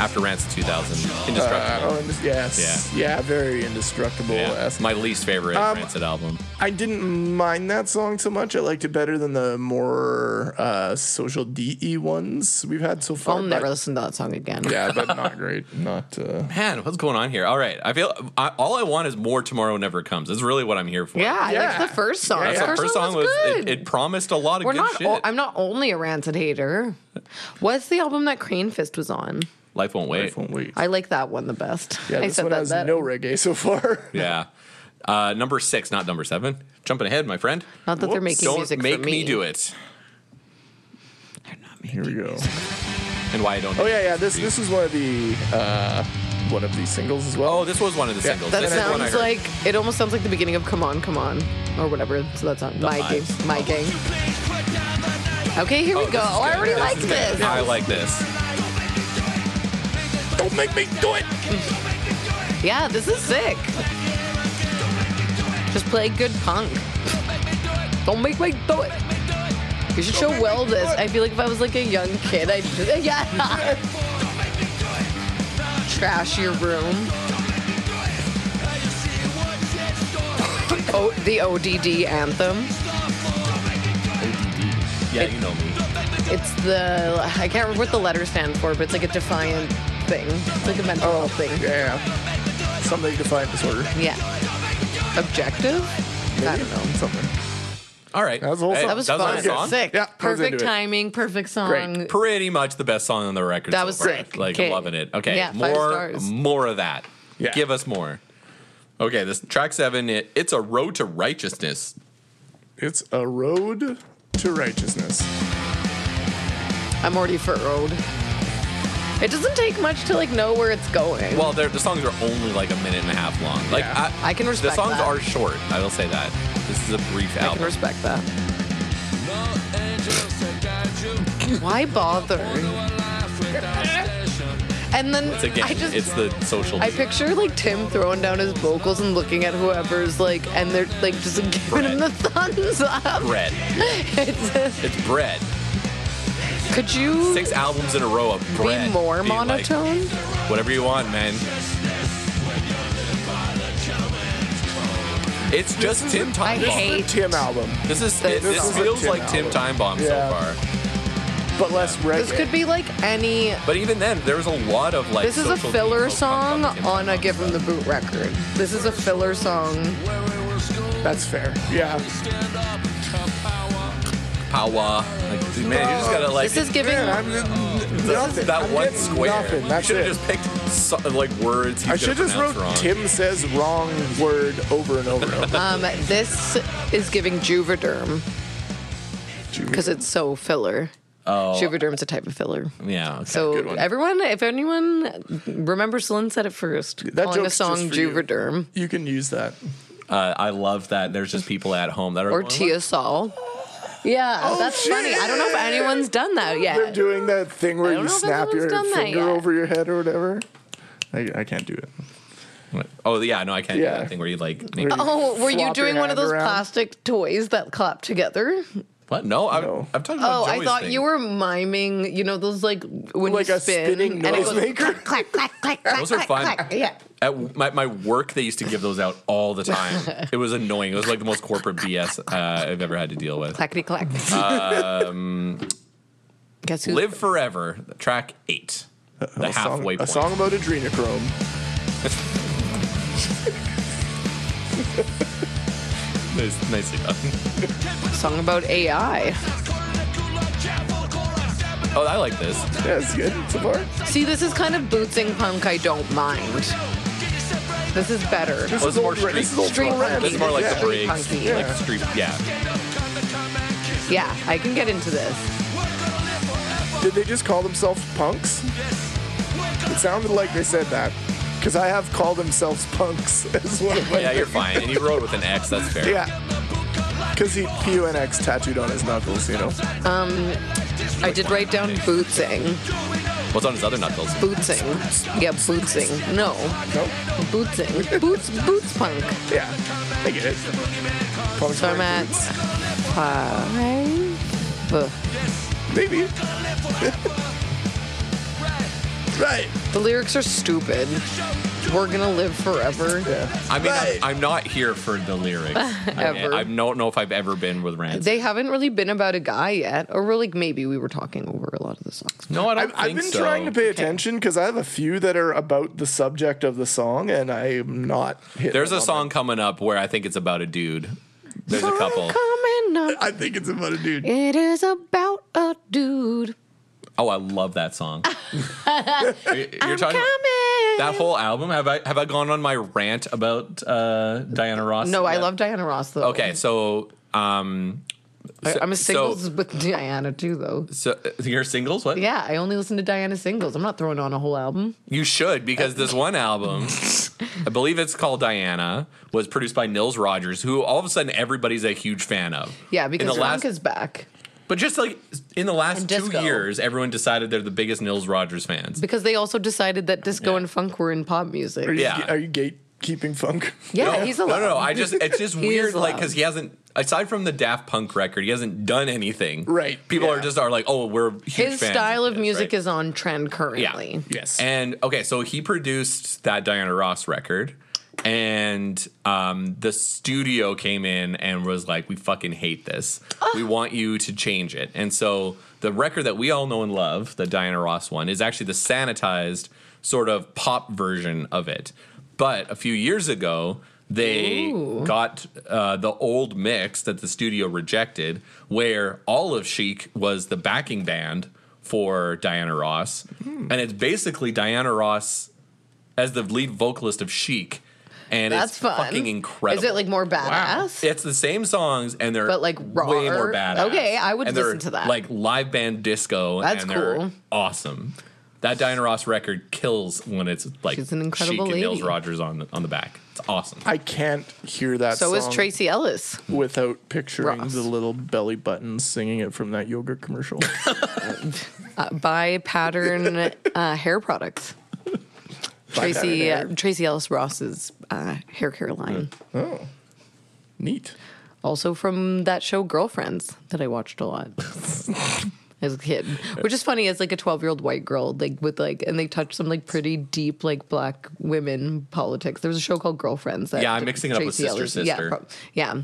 [SPEAKER 1] After Rancid 2000,
[SPEAKER 4] Uh,
[SPEAKER 1] Indestructible.
[SPEAKER 4] oh, and this- yes. Yeah. very indestructible.
[SPEAKER 1] yeah.
[SPEAKER 4] Yes.
[SPEAKER 1] My least favorite
[SPEAKER 4] Um,
[SPEAKER 1] Rancid album.
[SPEAKER 4] I didn't mind that song so much. I liked it better than the more uh, social DE ones we've had so far.
[SPEAKER 3] I'll
[SPEAKER 4] but-
[SPEAKER 3] never listen to that song again.
[SPEAKER 4] Yeah, but not great. Not. Uh,
[SPEAKER 1] Man, what's going on here? All right, I feel I, all I want is more. Tomorrow never comes. That's really what I'm here for.
[SPEAKER 3] Yeah, I
[SPEAKER 4] Yeah.
[SPEAKER 3] liked the first song.
[SPEAKER 4] That's
[SPEAKER 3] the
[SPEAKER 1] The
[SPEAKER 3] first, song was,
[SPEAKER 1] it,
[SPEAKER 3] good.
[SPEAKER 1] it promised a lot of
[SPEAKER 3] We're
[SPEAKER 1] good
[SPEAKER 3] not.
[SPEAKER 1] shit.
[SPEAKER 3] o- I'm not only a Rancid hater. What's the album that Crane Fist was on?
[SPEAKER 1] Life won't wait.
[SPEAKER 4] iPhone week.
[SPEAKER 3] I like that one the best.
[SPEAKER 4] yeah,
[SPEAKER 3] I
[SPEAKER 4] this one has no reggae so far.
[SPEAKER 1] Yeah. Uh, number six, not number seven. Jumping ahead, my friend.
[SPEAKER 3] Not that they're
[SPEAKER 4] Whoops.
[SPEAKER 3] making
[SPEAKER 1] Don't
[SPEAKER 3] music
[SPEAKER 1] make
[SPEAKER 3] for
[SPEAKER 1] me.
[SPEAKER 3] me.
[SPEAKER 1] do it.
[SPEAKER 4] Here we go.
[SPEAKER 1] And why I don't.
[SPEAKER 4] Oh yeah, yeah. This this is one of the uh, one of the singles as well.
[SPEAKER 1] Oh, this was one of the
[SPEAKER 4] Yeah,
[SPEAKER 1] singles.
[SPEAKER 3] That
[SPEAKER 1] This is one I
[SPEAKER 3] sounds
[SPEAKER 1] heard.
[SPEAKER 3] like it almost sounds like the beginning of "Come On, Come On" or whatever. So that's on my gang,
[SPEAKER 1] Vibes.
[SPEAKER 3] my gang. Okay, here we go. Oh, I already
[SPEAKER 1] Oh. This
[SPEAKER 3] like
[SPEAKER 1] is good.
[SPEAKER 3] this.
[SPEAKER 1] I like this.
[SPEAKER 4] Don't make me do it.
[SPEAKER 3] Yeah, this is sick. Just play good punk. Don't make me do it. You should show Will this. I feel like if I was like a young kid, I'd do that. Yeah. Trash your room. Oh, the ODD anthem.
[SPEAKER 1] Yeah, you know me.
[SPEAKER 3] It's the I can't remember what the letters stand for, but it's like a defiant thing. It's like a mental health thing.
[SPEAKER 4] Yeah. Something defiant disorder.
[SPEAKER 3] Yeah. Objective? I don't know.
[SPEAKER 4] Something.
[SPEAKER 1] All right.
[SPEAKER 4] That was awesome.
[SPEAKER 1] Hey,
[SPEAKER 3] That was
[SPEAKER 1] that
[SPEAKER 3] fun.
[SPEAKER 1] my song.
[SPEAKER 3] Sick.
[SPEAKER 4] Yeah, I was
[SPEAKER 3] perfect
[SPEAKER 4] into it.
[SPEAKER 3] timing, perfect song.
[SPEAKER 4] Great.
[SPEAKER 1] Pretty much the best song on the record.
[SPEAKER 3] That
[SPEAKER 1] so
[SPEAKER 3] was
[SPEAKER 1] far.
[SPEAKER 3] sick.
[SPEAKER 1] Like
[SPEAKER 3] Okay.
[SPEAKER 1] loving it. Okay.
[SPEAKER 3] Yeah, five
[SPEAKER 1] more,
[SPEAKER 3] stars.
[SPEAKER 1] more of that.
[SPEAKER 4] Yeah.
[SPEAKER 1] Give us more. Okay, this track seven. It, it's a road to righteousness.
[SPEAKER 4] It's a road to righteousness.
[SPEAKER 3] I'm already for road. It doesn't take much to like know where it's going.
[SPEAKER 1] Well, they're- the songs are only like a minute and a half long. Like
[SPEAKER 4] Yeah.
[SPEAKER 1] I,
[SPEAKER 3] I can respect
[SPEAKER 1] the songs
[SPEAKER 3] that.
[SPEAKER 1] are short. I will say that. This is a brief
[SPEAKER 3] I can
[SPEAKER 1] album.
[SPEAKER 3] respect that. Why bother? and then
[SPEAKER 1] it's again,
[SPEAKER 3] I just
[SPEAKER 1] it's the social.
[SPEAKER 3] I picture like Tim throwing down his vocals and looking at whoever's like, and they're like just giving him the
[SPEAKER 1] Brett.
[SPEAKER 3] thumbs up.
[SPEAKER 1] bread.
[SPEAKER 3] It's just-
[SPEAKER 1] It's bread.
[SPEAKER 3] could you
[SPEAKER 1] Six albums in a row of bread.
[SPEAKER 3] be more
[SPEAKER 1] being like,
[SPEAKER 3] monotone?
[SPEAKER 1] Whatever you want, man. It's just Tim
[SPEAKER 3] I
[SPEAKER 1] Time Bomb.
[SPEAKER 3] hate
[SPEAKER 4] Tim album,
[SPEAKER 1] This is
[SPEAKER 3] this
[SPEAKER 1] it, this
[SPEAKER 3] song.
[SPEAKER 1] feels
[SPEAKER 4] Tim
[SPEAKER 1] like Tim
[SPEAKER 4] album.
[SPEAKER 1] Time Bomb so
[SPEAKER 4] Yeah.
[SPEAKER 1] far.
[SPEAKER 4] but less reggae.
[SPEAKER 3] this. Could be like any.
[SPEAKER 1] But even then, there was a lot of like.
[SPEAKER 3] This is a
[SPEAKER 1] social
[SPEAKER 3] filler
[SPEAKER 1] themes on
[SPEAKER 3] song
[SPEAKER 1] the Tim Time
[SPEAKER 3] on a
[SPEAKER 1] Bomb
[SPEAKER 3] Give 'Em the Boot record. This is a filler song.
[SPEAKER 4] That's fair. Yeah.
[SPEAKER 1] Power. Like, dude, man, you just gotta like.
[SPEAKER 3] This is giving.
[SPEAKER 4] Man, I'm, n- nothing.
[SPEAKER 1] that
[SPEAKER 4] I'm
[SPEAKER 1] one
[SPEAKER 4] getting
[SPEAKER 1] square.
[SPEAKER 4] Nothing.
[SPEAKER 1] You
[SPEAKER 4] That's
[SPEAKER 1] should
[SPEAKER 4] it.
[SPEAKER 1] have just picked so, like words. He's
[SPEAKER 4] I should
[SPEAKER 1] gonna
[SPEAKER 4] just wrote
[SPEAKER 1] pronounce wrong.
[SPEAKER 4] Tim says wrong word over and over
[SPEAKER 1] Uh,
[SPEAKER 4] and over.
[SPEAKER 3] Um, this is giving Juvederm because it's so filler. Oh. Juvederm's a type of filler.
[SPEAKER 1] Yeah. okay.
[SPEAKER 3] So
[SPEAKER 4] good one.
[SPEAKER 3] everyone, if anyone remember, Celine said it first.
[SPEAKER 4] That
[SPEAKER 3] calling the
[SPEAKER 4] joke's just
[SPEAKER 3] song
[SPEAKER 4] for you.
[SPEAKER 3] Juvederm
[SPEAKER 4] You can use that.
[SPEAKER 1] Uh, I love that. There's just people at home that are
[SPEAKER 3] or
[SPEAKER 1] going,
[SPEAKER 3] Tia Sol. Yeah, that's funny. I don't know if anyone's done that
[SPEAKER 4] Oh, They're
[SPEAKER 3] yet.
[SPEAKER 4] doing that thing
[SPEAKER 3] I
[SPEAKER 4] where
[SPEAKER 3] don't
[SPEAKER 4] you
[SPEAKER 3] know if
[SPEAKER 4] snap your
[SPEAKER 3] anyone's done that
[SPEAKER 4] finger
[SPEAKER 3] yet.
[SPEAKER 4] over your head or whatever. I, I can't do it.
[SPEAKER 1] "What?" Oh yeah, no, I can't
[SPEAKER 4] Yeah.
[SPEAKER 1] do that thing where you like. Make,
[SPEAKER 4] Where you
[SPEAKER 3] Oh, were you
[SPEAKER 4] flop your
[SPEAKER 3] doing one of
[SPEAKER 4] hand
[SPEAKER 3] those
[SPEAKER 4] around.
[SPEAKER 3] plastic toys that clap together?
[SPEAKER 1] what? No, I'm,
[SPEAKER 4] No.
[SPEAKER 1] I'm talking about.
[SPEAKER 3] Oh, I
[SPEAKER 1] Joey's
[SPEAKER 3] thought
[SPEAKER 1] thing.
[SPEAKER 3] you were miming. You know those like when
[SPEAKER 4] Like
[SPEAKER 3] you
[SPEAKER 4] a
[SPEAKER 3] spin
[SPEAKER 4] spinning
[SPEAKER 3] and it
[SPEAKER 4] noise
[SPEAKER 3] goes
[SPEAKER 4] maker?
[SPEAKER 3] clack clack clack clack.
[SPEAKER 1] Those are
[SPEAKER 3] clack,
[SPEAKER 1] fun.
[SPEAKER 3] clack. Yeah,
[SPEAKER 1] At my, my work, they used to give those out all the time. it was annoying. It was like the most corporate BS uh, I've ever had to deal with.
[SPEAKER 3] clackety clack.
[SPEAKER 1] Um,
[SPEAKER 3] Guess who?
[SPEAKER 1] Live Forever, track eight, the
[SPEAKER 4] A song-
[SPEAKER 1] halfway
[SPEAKER 4] a
[SPEAKER 1] point.
[SPEAKER 4] song about adrenochrome.
[SPEAKER 1] Nice- nicely done.
[SPEAKER 3] Song about AI.
[SPEAKER 1] Oh, I like this.
[SPEAKER 4] Yeah, it's good so far.
[SPEAKER 3] See, this is kind of bootsing punk. I don't mind. This is better.
[SPEAKER 4] This
[SPEAKER 1] Oh,
[SPEAKER 4] is
[SPEAKER 1] it's more
[SPEAKER 4] old. re- This is
[SPEAKER 1] street-
[SPEAKER 4] old
[SPEAKER 3] street
[SPEAKER 4] rap.
[SPEAKER 3] punky.
[SPEAKER 1] It's more like
[SPEAKER 4] yeah.
[SPEAKER 1] the
[SPEAKER 3] Street
[SPEAKER 1] breaks,
[SPEAKER 3] punky.
[SPEAKER 1] like
[SPEAKER 4] Yeah.
[SPEAKER 1] street. Yeah,
[SPEAKER 3] Yeah, I can get into this.
[SPEAKER 4] Did they just call themselves punks? It sounded like they said that. Because I have called themselves punks as well.
[SPEAKER 1] yeah, you're fine. And you rode with an X. That's fair.
[SPEAKER 4] Yeah. Because he PUNX tattooed on his knuckles, you know.
[SPEAKER 3] I did write down bootsing.
[SPEAKER 1] What's on his other knuckles?
[SPEAKER 3] Bootsing. Yeah, bootsing. No,
[SPEAKER 4] Nope.
[SPEAKER 3] bootsing. Boots, boots punk.
[SPEAKER 4] Yeah. I get it. Punks
[SPEAKER 3] So I'm
[SPEAKER 4] wearing
[SPEAKER 3] at
[SPEAKER 4] boots.
[SPEAKER 3] five. Ugh.
[SPEAKER 4] Maybe. right.
[SPEAKER 3] The lyrics are stupid. We're gonna live forever.
[SPEAKER 4] Yeah.
[SPEAKER 1] I mean,
[SPEAKER 4] Right.
[SPEAKER 1] I'm, I'm not here for the lyrics.
[SPEAKER 3] Ever.
[SPEAKER 1] I, I don't know if I've ever been with Rance.
[SPEAKER 3] They haven't really been about a guy yet, or really maybe we were talking over a lot of the songs.
[SPEAKER 1] no, I don't
[SPEAKER 4] I've, I've
[SPEAKER 1] think
[SPEAKER 4] been
[SPEAKER 1] so.
[SPEAKER 4] trying to pay attention because I have a few that are about the subject of the song, and I'm not. hitting
[SPEAKER 1] There's
[SPEAKER 4] them
[SPEAKER 1] a
[SPEAKER 4] on
[SPEAKER 1] song coming up where I think it's about a dude. There's a couple.
[SPEAKER 3] Coming
[SPEAKER 4] it.
[SPEAKER 3] up,
[SPEAKER 4] I think it's about a dude.
[SPEAKER 3] it is about a dude.
[SPEAKER 1] Oh, I love that song. You're- You're talking
[SPEAKER 3] Coming.
[SPEAKER 1] that whole album. Have I have I gone on my rant about uh, Diana Ross?
[SPEAKER 3] no, I
[SPEAKER 1] yet?
[SPEAKER 3] love Diana Ross though.
[SPEAKER 1] Okay, so um,
[SPEAKER 3] I, am a
[SPEAKER 1] so-
[SPEAKER 3] singles with Diana too though.
[SPEAKER 1] so uh, your singles? What?
[SPEAKER 3] Yeah, I only listen to Diana singles. I'm not throwing on a whole album.
[SPEAKER 1] You should because this one album, I believe it's called Diana, was produced by Nils Rogers, who all of a sudden everybody's a huge fan of.
[SPEAKER 3] Yeah,
[SPEAKER 1] In
[SPEAKER 3] because
[SPEAKER 1] the
[SPEAKER 3] Ronka's
[SPEAKER 1] last,
[SPEAKER 3] back.
[SPEAKER 1] but just like in the last
[SPEAKER 3] And
[SPEAKER 1] two
[SPEAKER 3] disco.
[SPEAKER 1] years, everyone decided they're the biggest Nils Rogers fans.
[SPEAKER 3] Because they also decided that disco
[SPEAKER 1] Yeah.
[SPEAKER 3] and funk were in pop music.
[SPEAKER 4] Are you,
[SPEAKER 1] Yeah.
[SPEAKER 4] Are you gatekeeping funk?
[SPEAKER 3] yeah,
[SPEAKER 1] no,
[SPEAKER 3] he's
[SPEAKER 1] no,
[SPEAKER 3] allowed.
[SPEAKER 1] no, no. I just it's just
[SPEAKER 3] He
[SPEAKER 1] weird,
[SPEAKER 3] is
[SPEAKER 1] like
[SPEAKER 3] allowed.
[SPEAKER 1] because he hasn't. Aside from the Daft Punk record, he hasn't done anything.
[SPEAKER 4] Right,
[SPEAKER 1] People are
[SPEAKER 4] yeah.
[SPEAKER 1] just are like, oh, we're huge
[SPEAKER 3] His
[SPEAKER 1] fans
[SPEAKER 3] style of
[SPEAKER 1] this,
[SPEAKER 3] music
[SPEAKER 1] right?
[SPEAKER 3] is on trend currently.
[SPEAKER 4] Yes.
[SPEAKER 1] And okay, so he produced that Diana Ross record, and um, the studio came in and was like, "We fucking hate this. We want you to change it." And so the record that we all know and love, the Diana Ross one, is actually the sanitized sort of pop version of it. But a few years ago, they
[SPEAKER 3] Ooh.
[SPEAKER 1] got uh, the old mix that the studio rejected, where all of Chic was the backing band for Diana Ross,
[SPEAKER 3] Hmm.
[SPEAKER 1] and it's basically Diana Ross as the lead vocalist of Chic, and
[SPEAKER 3] That's
[SPEAKER 1] it's
[SPEAKER 3] fun.
[SPEAKER 1] fucking incredible.
[SPEAKER 3] Is it like more badass?
[SPEAKER 1] It's the same songs, and they're
[SPEAKER 3] But, like,
[SPEAKER 1] way
[SPEAKER 3] rawer?
[SPEAKER 1] more badass.
[SPEAKER 3] Okay, I would
[SPEAKER 1] And they're,
[SPEAKER 3] listen to that.
[SPEAKER 1] Like live band disco.
[SPEAKER 3] That's
[SPEAKER 1] and they're
[SPEAKER 3] cool.
[SPEAKER 1] Awesome. That Diana Ross record kills when it's like
[SPEAKER 3] She's an incredible
[SPEAKER 1] Chic and Nils
[SPEAKER 3] lady.
[SPEAKER 1] Rogers on the, on the back. It's awesome.
[SPEAKER 4] I can't hear that
[SPEAKER 3] So
[SPEAKER 4] song
[SPEAKER 3] is Tracy Ellis.
[SPEAKER 4] without picturing
[SPEAKER 3] Ross.
[SPEAKER 4] the little belly buttons singing it from that yogurt commercial.
[SPEAKER 3] Uh, by Pattern uh, Hair Products. Tracy
[SPEAKER 4] Hair.
[SPEAKER 3] uh, Tracy Ellis Ross's uh, hair care line.
[SPEAKER 4] Neat.
[SPEAKER 3] Also from that show Girlfriends that I watched a lot. As a kid, which is funny, as like a twelve-year-old white girl, like with like, and they touched some like pretty deep like black women politics. There was a show called Girlfriends. That
[SPEAKER 1] Yeah, I'm mixing it up with
[SPEAKER 3] Tracy
[SPEAKER 1] Sister,
[SPEAKER 3] Ellis-
[SPEAKER 1] Sister.
[SPEAKER 3] Yeah, prob- yeah.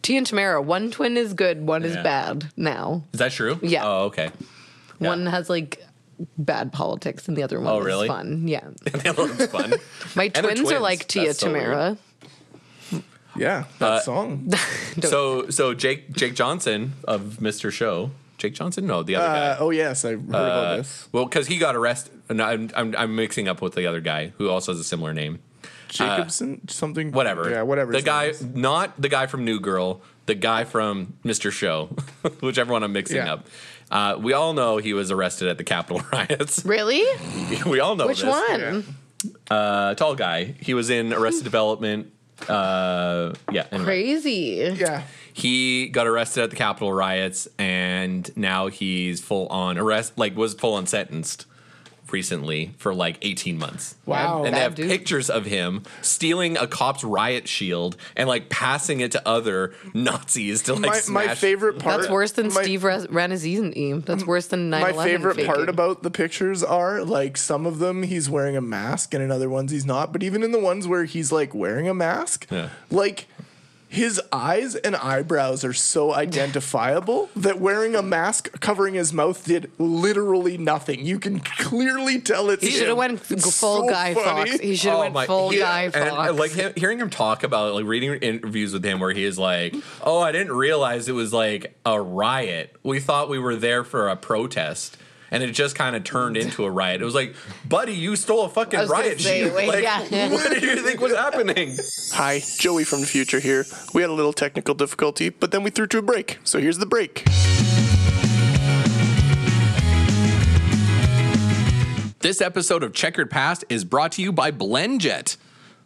[SPEAKER 3] T and Tamara. One twin is good, one is
[SPEAKER 1] Yeah.
[SPEAKER 3] bad. Now,
[SPEAKER 1] Is that true?
[SPEAKER 3] Yeah.
[SPEAKER 1] Oh, okay. Yeah.
[SPEAKER 3] One has like bad politics, and the other one
[SPEAKER 1] Oh,
[SPEAKER 3] is
[SPEAKER 1] really?
[SPEAKER 3] fun. Yeah,
[SPEAKER 1] that looks fun.
[SPEAKER 3] my
[SPEAKER 1] they're
[SPEAKER 3] twins, are
[SPEAKER 1] twins.
[SPEAKER 3] like Tia
[SPEAKER 1] That's so weird.
[SPEAKER 3] Tamara.
[SPEAKER 4] Yeah, that
[SPEAKER 1] Uh,
[SPEAKER 4] song.
[SPEAKER 1] so so Jake Jake Johnson of Mr. Show. Jake Johnson? No, the other
[SPEAKER 4] Uh,
[SPEAKER 1] guy.
[SPEAKER 4] oh yes, I heard about
[SPEAKER 1] Uh,
[SPEAKER 4] this.
[SPEAKER 1] well, because he got arrested, and I'm, I'm I'm mixing up with the other guy who also has a similar name.
[SPEAKER 4] Jacobson, something.
[SPEAKER 1] uh, Whatever.
[SPEAKER 4] Yeah, whatever.
[SPEAKER 1] The
[SPEAKER 4] his name
[SPEAKER 1] guy,
[SPEAKER 4] is.
[SPEAKER 1] not the guy from New Girl, the guy from Mr. Show, whichever one I'm mixing
[SPEAKER 4] Yeah.
[SPEAKER 1] up. Uh, we all know he was arrested at the Capitol riots.
[SPEAKER 3] Really?
[SPEAKER 1] we all know
[SPEAKER 3] Which
[SPEAKER 1] this.
[SPEAKER 3] one?
[SPEAKER 4] Yeah.
[SPEAKER 1] Uh, tall guy. He was in Arrested Development. Uh, yeah. Anyway.
[SPEAKER 3] Crazy.
[SPEAKER 4] Yeah.
[SPEAKER 1] he got arrested at the Capitol riots, and now he's full on arrest, like was full on sentenced recently for like 18 months.
[SPEAKER 4] Wow.
[SPEAKER 1] And they
[SPEAKER 3] Bad
[SPEAKER 1] have
[SPEAKER 3] dude.
[SPEAKER 1] pictures of him stealing a cop's riot shield and like passing it to other Nazis to like
[SPEAKER 4] my,
[SPEAKER 1] smash.
[SPEAKER 4] my favorite part.
[SPEAKER 3] That's worse than
[SPEAKER 4] my, Mm.
[SPEAKER 3] Steve Re- Ranazzini. That's worse than 9
[SPEAKER 4] My favorite part about the pictures are like some of them he's wearing a mask and in other ones he's not. But even in the ones where he's like wearing a mask,
[SPEAKER 1] Yeah.
[SPEAKER 4] like his eyes and eyebrows are so identifiable that wearing a mask covering his mouth did literally nothing. You can clearly tell it's
[SPEAKER 3] He should
[SPEAKER 4] him.
[SPEAKER 3] have went
[SPEAKER 4] It's
[SPEAKER 3] full
[SPEAKER 4] so
[SPEAKER 3] Guy
[SPEAKER 4] funny. Oh
[SPEAKER 3] Fox. He should have went full
[SPEAKER 1] Oh yeah,
[SPEAKER 3] Guy
[SPEAKER 1] and,
[SPEAKER 3] Fox.
[SPEAKER 1] And, like him, hearing him talk about like reading interviews with him where he is like, "Oh, I didn't realize it was like a riot. We thought we were there for a protest." And it just kind of turned into a riot. It was like, buddy, you stole a fucking
[SPEAKER 3] was gonna
[SPEAKER 1] riot
[SPEAKER 3] say,
[SPEAKER 1] shield.
[SPEAKER 3] wait,
[SPEAKER 1] Like,
[SPEAKER 3] yeah.
[SPEAKER 1] what do you think was happening?
[SPEAKER 5] Hi, Joey from the future here. We had a little technical difficulty, but then we threw to a break, so here's the break.
[SPEAKER 1] This episode of Checkered Past is brought to you by BlendJet.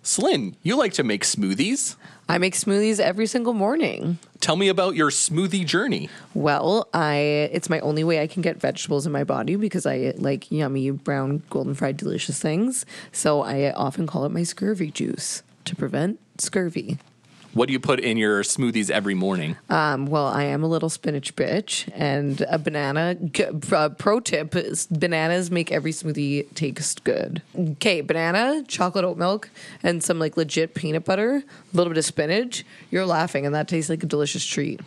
[SPEAKER 1] Slyn, you like to make smoothies.
[SPEAKER 3] I make smoothies every single morning.
[SPEAKER 1] Tell me about your smoothie journey.
[SPEAKER 3] Well, I it's my only way I can get vegetables in my body because I like yummy brown golden fried delicious things. So I often call it my scurvy juice to prevent scurvy.
[SPEAKER 1] What do you put in your smoothies every morning?
[SPEAKER 3] Um, well, I am a little spinach bitch, and a banana. G- uh, pro tip: is bananas make every smoothie taste good. Okay, banana, chocolate oat milk, and some like legit peanut butter, a little bit of spinach. You're laughing, and that tastes like a delicious treat.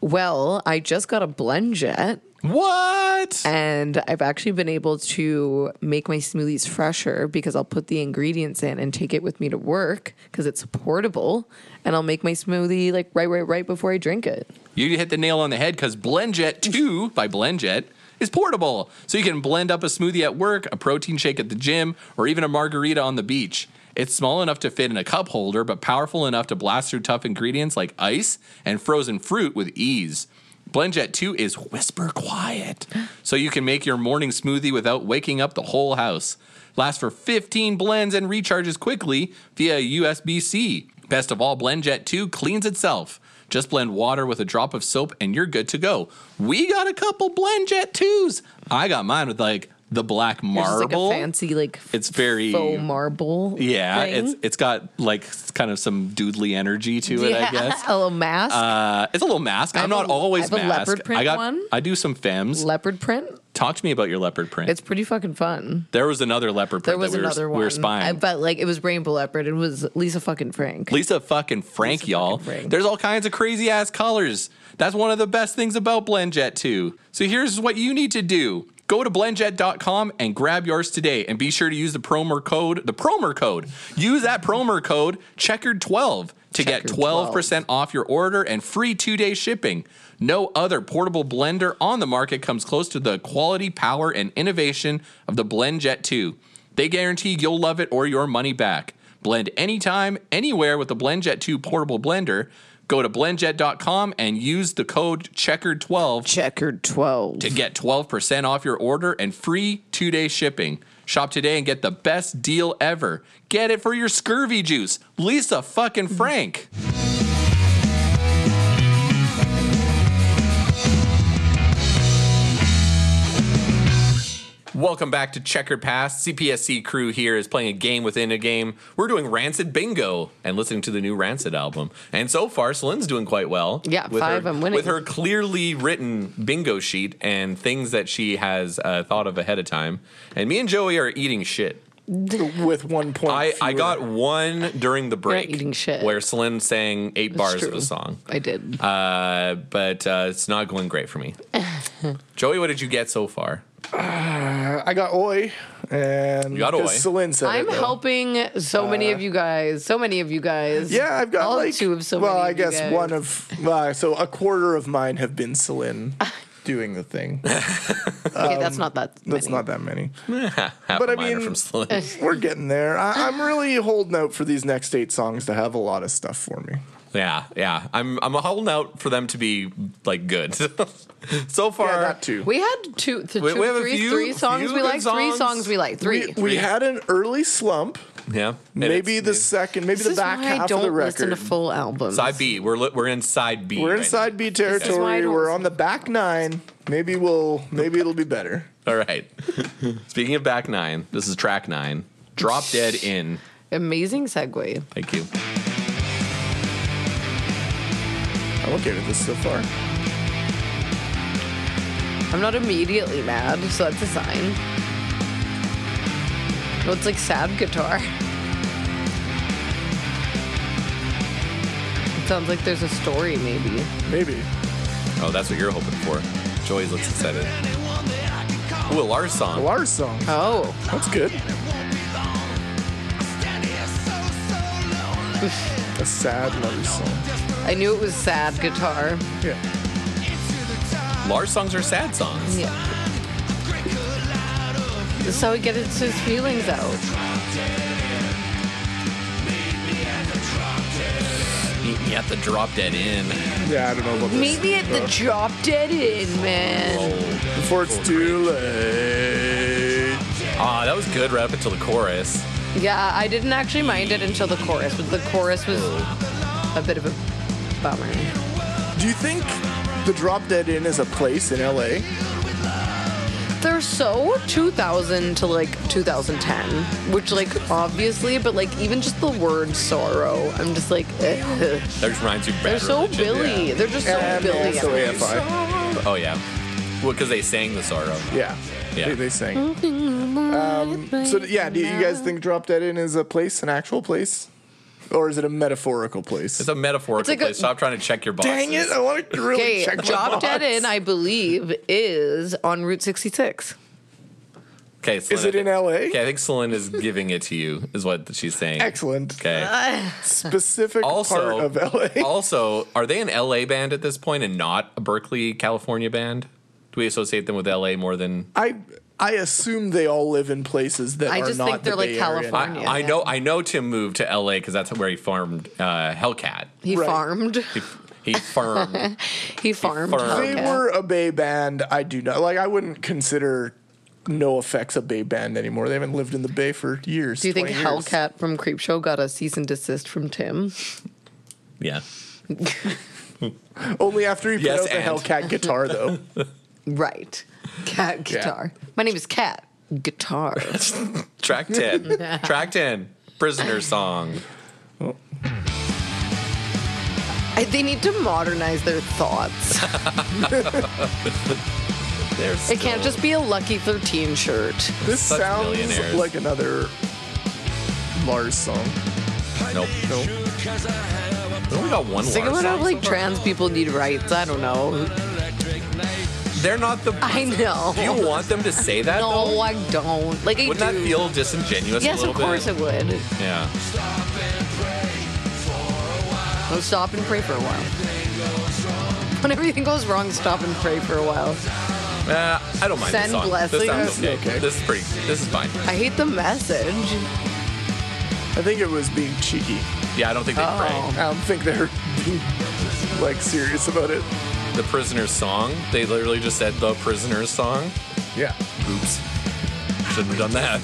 [SPEAKER 3] Well, I just got a blend jet.
[SPEAKER 1] What?
[SPEAKER 3] And I've actually been able to make my smoothies fresher because I'll put the ingredients in and take it with me to work because it's portable. And I'll make my smoothie like right, right, right before I drink it.
[SPEAKER 1] You hit the nail on the head because BlendJet 2 by BlendJet is portable. So you can blend up a smoothie at work, a protein shake at the gym, or even a margarita on the beach. It's small enough to fit in a cup holder, but powerful enough to blast through tough ingredients like ice and frozen fruit with ease. BlendJet 2 is whisper quiet, so you can make your morning smoothie without waking up the whole house. Lasts for 15 blends and recharges quickly via USB C. Best of all, BlendJet 2 cleans itself. Just blend water with a drop of soap and you're good to go. We got a couple BlendJet 2s. I got mine with like the black
[SPEAKER 3] It's just
[SPEAKER 1] marble.
[SPEAKER 3] like a fancy, like
[SPEAKER 1] It's very-
[SPEAKER 3] faux marble.
[SPEAKER 1] yeah,
[SPEAKER 3] thing.
[SPEAKER 1] it's it's got like kind of some doodly energy to it,
[SPEAKER 3] Yeah,
[SPEAKER 1] I guess.
[SPEAKER 3] a little mask,
[SPEAKER 1] Uh, it's a little mask.
[SPEAKER 3] I
[SPEAKER 1] I'm
[SPEAKER 3] have
[SPEAKER 1] not
[SPEAKER 3] a-
[SPEAKER 1] always
[SPEAKER 3] I have a
[SPEAKER 1] masked.
[SPEAKER 3] leopard print
[SPEAKER 1] I got.
[SPEAKER 3] one.
[SPEAKER 1] I do some fems.
[SPEAKER 3] leopard print.
[SPEAKER 1] Talk to me about your leopard print.
[SPEAKER 3] It's pretty fucking fun.
[SPEAKER 1] there was another leopard
[SPEAKER 3] There
[SPEAKER 1] print
[SPEAKER 3] was
[SPEAKER 1] that we
[SPEAKER 3] another
[SPEAKER 1] were,
[SPEAKER 3] one.
[SPEAKER 1] we were spying.
[SPEAKER 3] I- But like it was rainbow leopard. It was Lisa fucking Frank.
[SPEAKER 1] Lisa fucking Frank, y'all.
[SPEAKER 3] fucking Frank.
[SPEAKER 1] There's all kinds of crazy ass colors. That's one of the best things about BlendJet 2. So here's what you need to do. Go to blendjet.com and grab yours today and be sure to use the promo code, the promo code. Use that promo code checkered12 to get
[SPEAKER 3] Checkered12.
[SPEAKER 1] 12% off your order and free 2-day shipping. No other portable blender on the market comes close to the quality, power and innovation of the BlendJet 2. They guarantee you'll love it or your money back. Blend anytime, anywhere with the BlendJet 2 portable blender. Go to blendjet.com and use the code CHECKER12
[SPEAKER 3] Checkered twelve.
[SPEAKER 1] to get 12% off your order and free 2-day shipping. Shop today and get the best deal ever. Get it for your scurvy juice. Lisa fucking Frank. Welcome back to Checkered Past. CPSC crew here is playing a game within a game. We're doing Rancid Bingo and listening to the new Rancid album. And so far, Celine's doing quite well.
[SPEAKER 3] Yeah,
[SPEAKER 1] with
[SPEAKER 3] five,
[SPEAKER 1] her,
[SPEAKER 3] I'm winning.
[SPEAKER 1] With her clearly written bingo sheet and things that she has uh, thought of ahead of time. And me and Joey are eating shit.
[SPEAKER 4] with one point.
[SPEAKER 1] I, I
[SPEAKER 4] fewer.
[SPEAKER 1] got one during the break.
[SPEAKER 3] eating shit.
[SPEAKER 1] Where Celine sang eight bars of
[SPEAKER 3] true.
[SPEAKER 1] a song.
[SPEAKER 3] I did.
[SPEAKER 1] Uh, but uh, it's not going great for me. Joey, what did you get so far?
[SPEAKER 4] I got oi, and you
[SPEAKER 1] got oi.
[SPEAKER 4] Celine said
[SPEAKER 3] I'm
[SPEAKER 4] it, though.
[SPEAKER 3] helping so many of you guys. So many of you guys.
[SPEAKER 4] Uh, Yeah, I've got
[SPEAKER 3] All
[SPEAKER 4] like
[SPEAKER 3] two of so
[SPEAKER 4] well,
[SPEAKER 3] many.
[SPEAKER 4] I
[SPEAKER 3] of you
[SPEAKER 4] guess
[SPEAKER 3] guys.
[SPEAKER 4] one of uh, so a quarter of mine have been Celine doing the thing.
[SPEAKER 3] Okay, that's not that.
[SPEAKER 4] um, That's
[SPEAKER 3] many.
[SPEAKER 4] not that many.
[SPEAKER 1] Half of
[SPEAKER 4] But I
[SPEAKER 1] mine are
[SPEAKER 4] mean-
[SPEAKER 1] from Celine.
[SPEAKER 4] We're getting there. I, I'm really holding out for these next eight songs to have a lot of stuff for me.
[SPEAKER 1] yeah, yeah. I'm I'm holding out for them to be like good. so far,
[SPEAKER 4] Yeah, that too.
[SPEAKER 3] We had two, th-
[SPEAKER 1] We-
[SPEAKER 3] two-
[SPEAKER 1] we have a
[SPEAKER 3] three,
[SPEAKER 1] few-
[SPEAKER 3] three songs
[SPEAKER 1] few
[SPEAKER 3] we
[SPEAKER 1] good
[SPEAKER 3] liked. Three
[SPEAKER 1] songs.
[SPEAKER 3] songs we liked. Three.
[SPEAKER 4] we, we had an early slump.
[SPEAKER 1] yeah. And
[SPEAKER 4] Maybe
[SPEAKER 1] it's-
[SPEAKER 4] the second, maybe
[SPEAKER 3] this
[SPEAKER 4] the
[SPEAKER 3] is
[SPEAKER 4] back
[SPEAKER 3] why
[SPEAKER 4] half
[SPEAKER 3] I don't
[SPEAKER 4] of the
[SPEAKER 3] listen
[SPEAKER 4] record.
[SPEAKER 3] to full albums.
[SPEAKER 1] side B. We're li- we're in side B.
[SPEAKER 4] We're
[SPEAKER 1] right
[SPEAKER 4] inside B
[SPEAKER 3] is why I
[SPEAKER 4] territory.
[SPEAKER 3] don't
[SPEAKER 4] We're
[SPEAKER 3] listen
[SPEAKER 4] on the back nine. Maybe we'll. Maybe it'll be better.
[SPEAKER 1] now. All right. Speaking of back nine, this is track nine. Drop dead in.
[SPEAKER 3] Amazing segue.
[SPEAKER 1] Thank you.
[SPEAKER 4] I'm okay with this so far.
[SPEAKER 3] I'm not immediately mad, so that's a sign. Well, it's like sad guitar. It sounds like there's a story, maybe.
[SPEAKER 4] Maybe.
[SPEAKER 1] Oh, that's what you're hoping for. Joey looks excited. Ooh, a Lars song.
[SPEAKER 4] Lars song.
[SPEAKER 3] Oh,
[SPEAKER 4] That's good. A sad Lars song.
[SPEAKER 3] I knew it was sad guitar.
[SPEAKER 4] Yeah.
[SPEAKER 1] Lars songs are sad songs.
[SPEAKER 3] Yeah. This is how he gets his feelings out.
[SPEAKER 1] Meet me at the drop dead in.
[SPEAKER 4] Yeah, I don't know about this.
[SPEAKER 3] Meet me at the drop dead in, man.
[SPEAKER 1] Oh,
[SPEAKER 4] Before it's too late.
[SPEAKER 1] ah, that was good right up until the chorus.
[SPEAKER 3] Yeah, I didn't actually mind it until the chorus, but the chorus was a bit of a bummer.
[SPEAKER 4] Do you think the Drop Dead Inn is a place in LA?
[SPEAKER 3] They're so 2000 to like 2010, which like obviously, but like even just the word sorrow, I'm just like, ugh.
[SPEAKER 1] That just reminds you. of Bad
[SPEAKER 3] they're so
[SPEAKER 1] Religion.
[SPEAKER 3] Billy. They're just so
[SPEAKER 4] And
[SPEAKER 3] Billy.
[SPEAKER 4] also AFI.
[SPEAKER 1] Oh yeah. Well, because they sang the sorrow.
[SPEAKER 4] Yeah.
[SPEAKER 1] Yeah.
[SPEAKER 4] They, they sang. Um, so, yeah, do you guys think Drop Dead In is a place, an actual place? Or is it a metaphorical place?
[SPEAKER 1] It's a metaphorical
[SPEAKER 3] like a-
[SPEAKER 1] place. Stop trying to check your boxes.
[SPEAKER 4] Dang it, I want to really
[SPEAKER 3] Okay,
[SPEAKER 4] check my
[SPEAKER 3] Job
[SPEAKER 4] box.
[SPEAKER 3] Dead In, I believe, is on Route 66.
[SPEAKER 1] Okay,
[SPEAKER 4] Is
[SPEAKER 1] Celine,
[SPEAKER 4] it in LA?
[SPEAKER 1] Okay, I think Celine is giving it to you, is what she's saying.
[SPEAKER 4] Excellent.
[SPEAKER 1] Okay.
[SPEAKER 4] Specific
[SPEAKER 1] also,
[SPEAKER 4] part of LA.
[SPEAKER 1] also, are they an LA band at this point and not a Berkeley, California band? Do we associate them with LA more than
[SPEAKER 4] I I assume they all live in places that
[SPEAKER 3] I
[SPEAKER 4] are
[SPEAKER 3] just
[SPEAKER 4] not
[SPEAKER 3] think they're
[SPEAKER 4] the
[SPEAKER 3] like
[SPEAKER 4] Bay
[SPEAKER 1] I,
[SPEAKER 4] Area.
[SPEAKER 3] California.
[SPEAKER 1] I
[SPEAKER 3] yeah.
[SPEAKER 1] know? I know Tim moved to LA because that's where he farmed uh, Hellcat.
[SPEAKER 3] He
[SPEAKER 4] Right.
[SPEAKER 3] farmed.
[SPEAKER 1] He, he farmed.
[SPEAKER 3] He farmed.
[SPEAKER 1] farmed.
[SPEAKER 4] They
[SPEAKER 3] Hellcat.
[SPEAKER 4] were a Bay band. I do not like. I wouldn't consider No Effects a Bay band anymore. They haven't lived in the Bay for years.
[SPEAKER 3] Do you think
[SPEAKER 4] 20 years.
[SPEAKER 3] Hellcat from Creepshow got a cease and desist from Tim?
[SPEAKER 1] yeah.
[SPEAKER 4] Only after he put
[SPEAKER 1] Yes,
[SPEAKER 4] out the
[SPEAKER 1] and.
[SPEAKER 4] Hellcat guitar, though.
[SPEAKER 3] Right. Cat
[SPEAKER 4] Yeah.
[SPEAKER 3] guitar. My name is Cat guitar.
[SPEAKER 1] Track ten. Track ten. Prisoner song.
[SPEAKER 3] I- they need to modernize their thoughts.
[SPEAKER 1] They're
[SPEAKER 3] It can't
[SPEAKER 1] still-
[SPEAKER 3] just be a Lucky 13 shirt.
[SPEAKER 4] This
[SPEAKER 1] Such
[SPEAKER 4] sounds
[SPEAKER 1] millionaires.
[SPEAKER 4] like another Lars song.
[SPEAKER 1] Nope.
[SPEAKER 4] No,
[SPEAKER 1] We only got one
[SPEAKER 3] Think about
[SPEAKER 1] Lars
[SPEAKER 3] how
[SPEAKER 1] song.
[SPEAKER 3] like trans people need rights. I don't know.
[SPEAKER 1] They're not the.
[SPEAKER 3] I know.
[SPEAKER 1] Do you want them to say that?
[SPEAKER 3] no,
[SPEAKER 1] though?
[SPEAKER 3] I don't. Like I
[SPEAKER 1] Wouldn't that
[SPEAKER 3] do.
[SPEAKER 1] feel disingenuous a
[SPEAKER 3] yes,
[SPEAKER 1] little
[SPEAKER 3] of course
[SPEAKER 1] bit?
[SPEAKER 3] it would.
[SPEAKER 1] Yeah.
[SPEAKER 3] So stop and pray for a while. When everything goes wrong, stop and pray for a while.
[SPEAKER 1] Uh, I don't mind
[SPEAKER 3] Send
[SPEAKER 1] this song.
[SPEAKER 3] blessings.
[SPEAKER 1] This sounds okay.
[SPEAKER 4] Okay.
[SPEAKER 1] This is pretty. This is fine.
[SPEAKER 3] I hate the message.
[SPEAKER 4] I think it was being cheeky.
[SPEAKER 1] Yeah, I don't think they
[SPEAKER 3] Oh.
[SPEAKER 4] I don't think they're being like serious about it.
[SPEAKER 1] pray. The prisoner's song. They literally just said the prisoner's song.
[SPEAKER 4] Yeah.
[SPEAKER 1] Oops. Shouldn't have done that.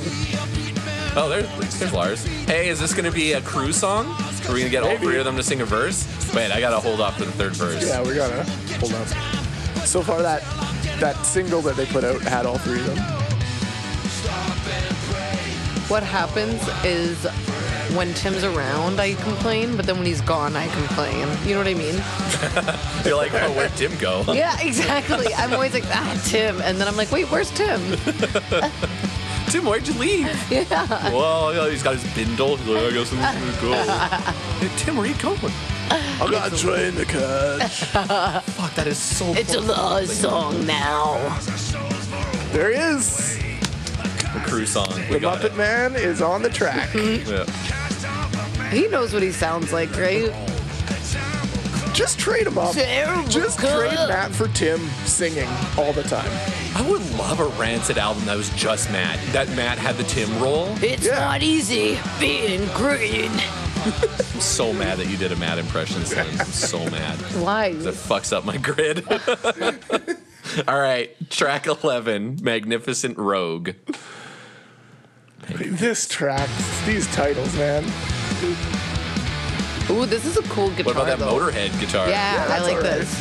[SPEAKER 1] Oh, there, there's Lars. Hey, is this gonna be a crew song? Are we gonna get all
[SPEAKER 4] Maybe.
[SPEAKER 1] three of them to sing a verse? Wait, I gotta hold off for the third verse.
[SPEAKER 4] Yeah, we gotta hold on. So far, that that single that they put out had all three of them.
[SPEAKER 3] What happens is when Tim's around, I complain, but then when he's gone, I complain. You know what I mean?
[SPEAKER 1] You're like, oh, where'd Tim go?
[SPEAKER 3] Yeah, exactly. I'm always like, ah, Tim. And then I'm like, wait, where's Tim?
[SPEAKER 1] Tim, where'd you leave? Yeah. Well, yeah, he's got his bindle. He's like, I guess I'm just gonna go. Hey, Tim, where are you going?
[SPEAKER 4] I got a train to catch.
[SPEAKER 1] Fuck, that is so.
[SPEAKER 3] It's a love song now.
[SPEAKER 4] There he is.
[SPEAKER 1] The crew song. We
[SPEAKER 4] The
[SPEAKER 1] got
[SPEAKER 4] Muppet Man is on the track.
[SPEAKER 1] it. Yeah.
[SPEAKER 3] He knows what he sounds like, right?
[SPEAKER 4] Just trade him up.
[SPEAKER 3] Terrible
[SPEAKER 4] Just
[SPEAKER 3] cook.
[SPEAKER 4] trade Matt for Tim singing all the time.
[SPEAKER 1] I would love a rancid album that was just Matt. That Matt had the Tim role.
[SPEAKER 3] It's
[SPEAKER 4] Yeah.
[SPEAKER 3] not easy being green.
[SPEAKER 1] I'm so mad that you did a Matt impression, son. I'm so mad.
[SPEAKER 3] Why?
[SPEAKER 1] That fucks up my grid. All right, track 11, Magnificent Rogue.
[SPEAKER 4] This track, these titles, man.
[SPEAKER 3] Ooh, this is a cool guitar.
[SPEAKER 1] What about that
[SPEAKER 3] though.
[SPEAKER 1] Motorhead guitar?
[SPEAKER 3] Yeah, I
[SPEAKER 4] that's
[SPEAKER 3] like
[SPEAKER 4] alright.
[SPEAKER 3] this.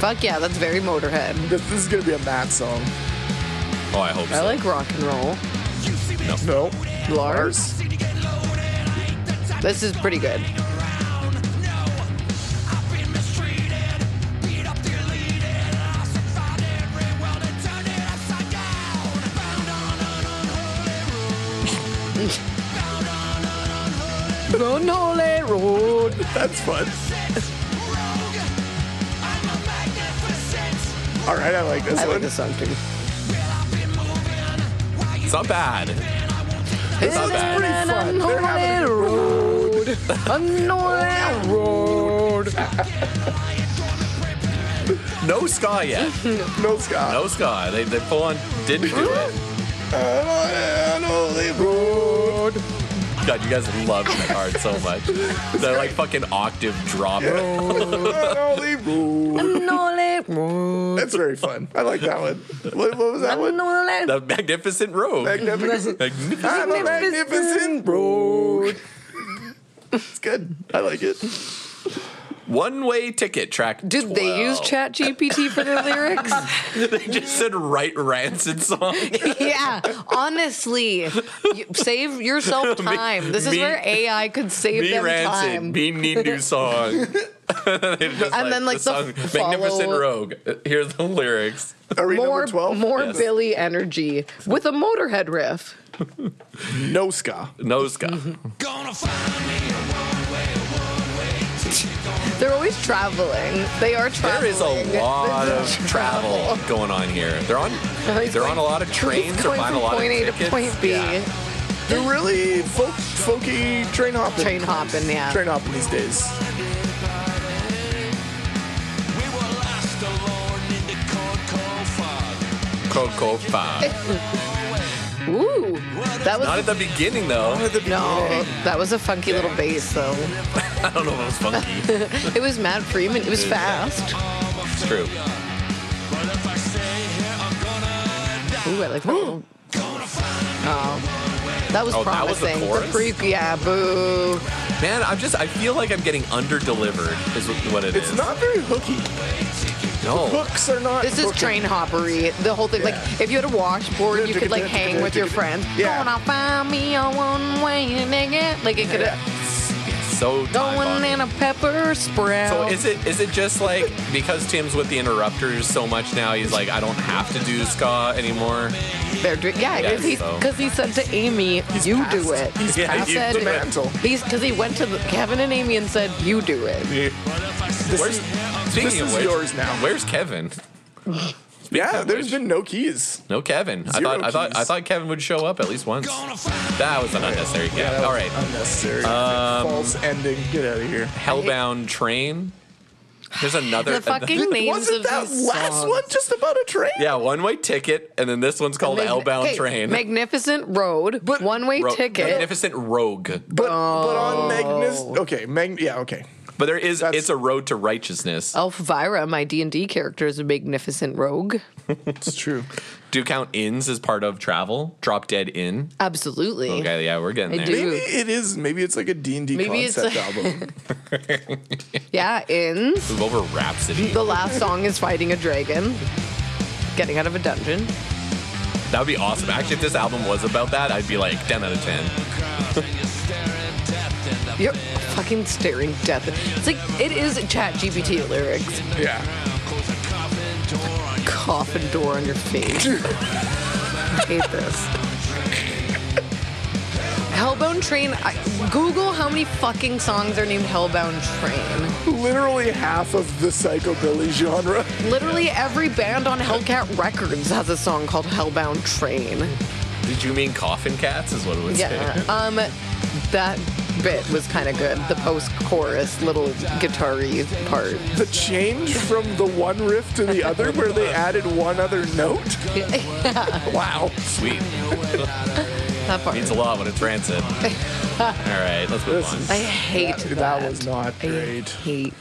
[SPEAKER 3] Fuck yeah, that's very Motorhead.
[SPEAKER 4] This, this is gonna be a Matt song.
[SPEAKER 1] Oh, I hope
[SPEAKER 3] I
[SPEAKER 1] so.
[SPEAKER 3] like rock and roll.
[SPEAKER 4] No.
[SPEAKER 3] Lars? This is pretty good. Lonely road.
[SPEAKER 4] That's fun. All right, I like this
[SPEAKER 3] I
[SPEAKER 4] one.
[SPEAKER 3] like this song too.
[SPEAKER 1] It's not bad.
[SPEAKER 3] It's
[SPEAKER 1] not bad.
[SPEAKER 4] Pretty fun. They're having a-
[SPEAKER 3] road. Lonely road.
[SPEAKER 1] No ska yet.
[SPEAKER 4] no Scott.
[SPEAKER 1] No ska. They, they full on didn't do it. God, you guys love that card so much. They're like fucking octave drop.
[SPEAKER 3] Lonely road.
[SPEAKER 4] That's very fun. I like that one. What, what was that one?
[SPEAKER 1] The Magnificent Rogue.
[SPEAKER 4] Magnificent. Ah,
[SPEAKER 1] Magnificent.
[SPEAKER 4] I'm a magnificent road. It's good. I like it.
[SPEAKER 1] One way ticket track.
[SPEAKER 3] Did they use
[SPEAKER 1] 12.
[SPEAKER 3] Chat GPT for their lyrics?
[SPEAKER 1] they just said write rancid song.
[SPEAKER 3] yeah, honestly, you, save yourself time. This is
[SPEAKER 1] me-
[SPEAKER 3] where AI could save
[SPEAKER 1] Me
[SPEAKER 3] them
[SPEAKER 1] rancid.
[SPEAKER 3] time.
[SPEAKER 1] Me need new song.
[SPEAKER 3] and then like the, follow,
[SPEAKER 1] Magnificent Rogue. Uh, Here's the lyrics.
[SPEAKER 5] Are we
[SPEAKER 3] more
[SPEAKER 5] number 12?
[SPEAKER 3] more
[SPEAKER 1] Yes.
[SPEAKER 3] Billy energy with a Motorhead riff.
[SPEAKER 5] No ska.
[SPEAKER 1] No ska.
[SPEAKER 3] Mm-hmm. They're always traveling. They are traveling.
[SPEAKER 1] There is a lot
[SPEAKER 3] They're
[SPEAKER 1] of travel going on here. They're on.
[SPEAKER 3] He's
[SPEAKER 1] They're on
[SPEAKER 3] going-
[SPEAKER 1] a lot of trains.
[SPEAKER 3] He's
[SPEAKER 1] They're
[SPEAKER 3] going
[SPEAKER 1] buying
[SPEAKER 3] from
[SPEAKER 1] a lot
[SPEAKER 3] point
[SPEAKER 1] of
[SPEAKER 3] A to
[SPEAKER 1] tickets.
[SPEAKER 3] point B.
[SPEAKER 1] Yeah.
[SPEAKER 5] They're really folk,
[SPEAKER 4] Folky train hopping.
[SPEAKER 3] Train hopping, yeah.
[SPEAKER 4] Train hopping these days.
[SPEAKER 1] Coco Five.
[SPEAKER 3] Ooh, that was
[SPEAKER 1] Not at the beginning though.
[SPEAKER 3] no, that was a funky little bass though.
[SPEAKER 1] I don't know if it was funky.
[SPEAKER 3] It was Matt Freeman. It was fast.
[SPEAKER 1] it's true.
[SPEAKER 3] Ooh, I like that. little- Oh, that was
[SPEAKER 1] Oh, that was the
[SPEAKER 3] promising.
[SPEAKER 1] chorus?
[SPEAKER 3] pre- yeah, boo.
[SPEAKER 1] Man, I'm just. I feel like I'm getting under delivered. Is what it
[SPEAKER 4] It's
[SPEAKER 1] is.
[SPEAKER 4] not very hooky.
[SPEAKER 1] No.
[SPEAKER 4] Hooks are not.
[SPEAKER 3] This is
[SPEAKER 4] hooking.
[SPEAKER 3] train hoppery. The whole thing, like if you had a washboard, you could like hang with your friends.
[SPEAKER 4] Yeah.
[SPEAKER 3] Gonna find me a one way nigga. Like it could
[SPEAKER 1] So time
[SPEAKER 3] going in a pepper sprout.
[SPEAKER 1] So is it is it just like because Tim's with the interrupters so much now? He's like, I don't have to do ska anymore.
[SPEAKER 3] They're drink- yeah,
[SPEAKER 1] Yes,
[SPEAKER 3] because he,
[SPEAKER 1] so.
[SPEAKER 3] 'cause he said to Amy, "You do it."
[SPEAKER 4] He's
[SPEAKER 1] Yeah,
[SPEAKER 4] past
[SPEAKER 1] you
[SPEAKER 3] said-
[SPEAKER 4] the mantle.
[SPEAKER 3] He's because he went to the, Kevin and Amy and said, "You do it."
[SPEAKER 4] This
[SPEAKER 1] Where's,
[SPEAKER 4] is-
[SPEAKER 1] speaking
[SPEAKER 4] this
[SPEAKER 1] of
[SPEAKER 4] is
[SPEAKER 1] which,
[SPEAKER 4] yours now.
[SPEAKER 1] Where's Kevin?
[SPEAKER 4] yeah, there's been no keys.
[SPEAKER 1] No Kevin. I
[SPEAKER 4] Zero
[SPEAKER 1] thought I thought I
[SPEAKER 4] keys.
[SPEAKER 1] thought Kevin would show up at least once. That was an unnecessary gap.
[SPEAKER 4] that
[SPEAKER 1] All
[SPEAKER 4] was
[SPEAKER 1] right. Um,
[SPEAKER 4] Unnecessary. False ending. Get out of here.
[SPEAKER 1] Hellbound train. There's another
[SPEAKER 3] The fucking names
[SPEAKER 4] Wasn't
[SPEAKER 3] of
[SPEAKER 4] that
[SPEAKER 3] these
[SPEAKER 4] last
[SPEAKER 3] songs.
[SPEAKER 4] one just about a train?
[SPEAKER 1] Yeah, one way ticket, and then this one's called
[SPEAKER 3] Mag-
[SPEAKER 1] Hellbound
[SPEAKER 3] okay,
[SPEAKER 1] Train.
[SPEAKER 3] Magnificent Road,
[SPEAKER 4] But-
[SPEAKER 3] one way
[SPEAKER 1] Ro-
[SPEAKER 3] ticket.
[SPEAKER 1] Magnificent Rogue.
[SPEAKER 4] But
[SPEAKER 1] Oh.
[SPEAKER 4] but on Magnus. Okay, Mag. Yeah, okay.
[SPEAKER 1] But there is
[SPEAKER 4] That's-
[SPEAKER 1] it's a road to
[SPEAKER 3] Oh.
[SPEAKER 1] righteousness.
[SPEAKER 3] Elvira, my D and D character, is a magnificent rogue.
[SPEAKER 4] It's true.
[SPEAKER 1] Do you count inns as part of travel? Drop dead inn.
[SPEAKER 3] Absolutely.
[SPEAKER 1] Okay, yeah, we're getting
[SPEAKER 3] I
[SPEAKER 1] there.
[SPEAKER 3] do.
[SPEAKER 4] Maybe it is. Maybe it's like a D and D
[SPEAKER 3] Maybe it's
[SPEAKER 4] concept album.
[SPEAKER 3] Yeah, in
[SPEAKER 1] Move over Rhapsody.
[SPEAKER 3] the last song is fighting a dragon, getting out of a dungeon.
[SPEAKER 1] That would be awesome. Actually, if this album was about that, I'd be like 10 out of 10.
[SPEAKER 3] You're fucking staring death. It's like it is Chat GPT lyrics.
[SPEAKER 4] yeah.
[SPEAKER 3] Coffin door on your face. I hate this. Hellbound Train. I, Google how many fucking songs are named Hellbound Train.
[SPEAKER 4] Literally half of the psychobilly genre.
[SPEAKER 3] Literally every band on Hellcat Records has a song called Hellbound Train.
[SPEAKER 1] Did you mean Coffin Cats? Is what it would
[SPEAKER 3] Yeah.
[SPEAKER 1] say.
[SPEAKER 3] Um, that bit was kind of good. The post-chorus little guitar-y part.
[SPEAKER 4] The change from the one riff to the other, where they added one other note. Wow.
[SPEAKER 1] Sweet.
[SPEAKER 3] That part.
[SPEAKER 1] Means a lot when it's rancid. All right, let's move
[SPEAKER 4] This
[SPEAKER 1] on.
[SPEAKER 4] is-
[SPEAKER 3] I hate that.
[SPEAKER 4] That was not great.
[SPEAKER 3] I hate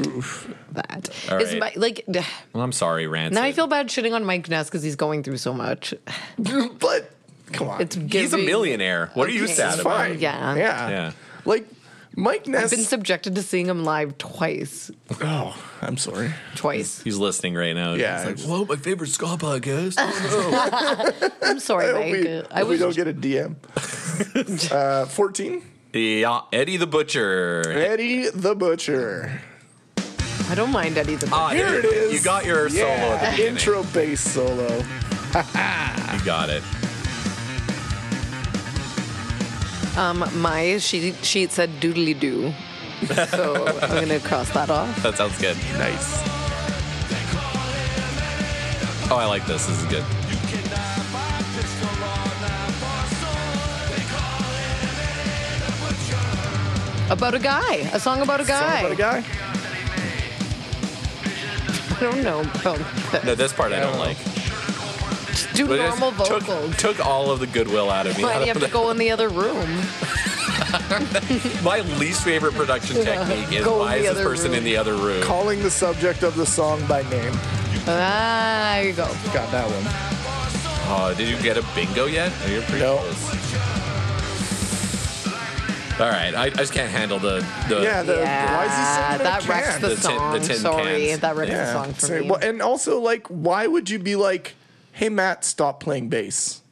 [SPEAKER 3] that.
[SPEAKER 1] All
[SPEAKER 3] Is
[SPEAKER 1] right.
[SPEAKER 3] my like d-
[SPEAKER 1] Well, I'm sorry, rancid.
[SPEAKER 3] now I feel bad shitting on Mike Ness because he's going through so much.
[SPEAKER 4] but come on.
[SPEAKER 3] It's giving,
[SPEAKER 1] He's a millionaire. What are you
[SPEAKER 3] Okay.
[SPEAKER 1] sad
[SPEAKER 4] It's
[SPEAKER 1] about?
[SPEAKER 4] fine.
[SPEAKER 3] Yeah.
[SPEAKER 4] Yeah.
[SPEAKER 1] Yeah.
[SPEAKER 4] Like Mike
[SPEAKER 3] I've
[SPEAKER 4] Ness.
[SPEAKER 3] been subjected to seeing him live twice.
[SPEAKER 4] oh, I'm sorry.
[SPEAKER 3] Twice.
[SPEAKER 1] He's listening right now.
[SPEAKER 4] Yeah,
[SPEAKER 1] He's like,
[SPEAKER 4] it's-
[SPEAKER 1] whoa, my favorite ska podcast. Oh, no.
[SPEAKER 3] I'm sorry,
[SPEAKER 4] I hope
[SPEAKER 3] Mike.
[SPEAKER 4] we,
[SPEAKER 3] Uh, I
[SPEAKER 4] hope we
[SPEAKER 3] was
[SPEAKER 4] don't get a DM. uh, 14.
[SPEAKER 1] yeah, Eddie the Butcher.
[SPEAKER 4] Eddie the Butcher.
[SPEAKER 3] I don't mind Eddie the
[SPEAKER 1] Ah,
[SPEAKER 4] Here it is.
[SPEAKER 1] You got your solo at the
[SPEAKER 4] Yeah,
[SPEAKER 1] beginning.
[SPEAKER 4] Intro bass solo.
[SPEAKER 1] You got it.
[SPEAKER 3] Um my sheet sheet said doodly doo. so I'm gonna cross that off.
[SPEAKER 1] That sounds good.
[SPEAKER 4] Nice.
[SPEAKER 1] Oh, I like this. This is good.
[SPEAKER 3] About a guy. A song about a guy.
[SPEAKER 4] Song about a guy.
[SPEAKER 3] I don't know. about that.
[SPEAKER 1] No, this part I don't like.
[SPEAKER 3] Just do
[SPEAKER 1] But it
[SPEAKER 3] normal
[SPEAKER 1] just took-
[SPEAKER 3] vocals.
[SPEAKER 1] Took, all of the goodwill out of me.
[SPEAKER 3] but you have to go in the other room.
[SPEAKER 1] My least favorite production technique is
[SPEAKER 3] Go in
[SPEAKER 1] why
[SPEAKER 3] the
[SPEAKER 1] is this
[SPEAKER 3] other
[SPEAKER 1] person
[SPEAKER 3] room.
[SPEAKER 1] in the other room?
[SPEAKER 4] Calling the subject of the song by name.
[SPEAKER 3] Ah, there you go.
[SPEAKER 4] Got that one.
[SPEAKER 1] Oh, did you get a bingo yet? Oh, you're pretty
[SPEAKER 4] No.
[SPEAKER 1] close. All right, I, I just can't handle the the.
[SPEAKER 4] Yeah, the,
[SPEAKER 3] yeah,
[SPEAKER 4] why is he singing in a
[SPEAKER 3] that wrecks
[SPEAKER 4] can?
[SPEAKER 3] the,
[SPEAKER 1] The tin-
[SPEAKER 3] song.
[SPEAKER 1] the tin
[SPEAKER 3] Sorry,
[SPEAKER 1] cans.
[SPEAKER 3] that wrecks the song for
[SPEAKER 4] so-
[SPEAKER 3] me.
[SPEAKER 4] well, and also, like, why would you be like, "Hey, Matt, stop playing bass"?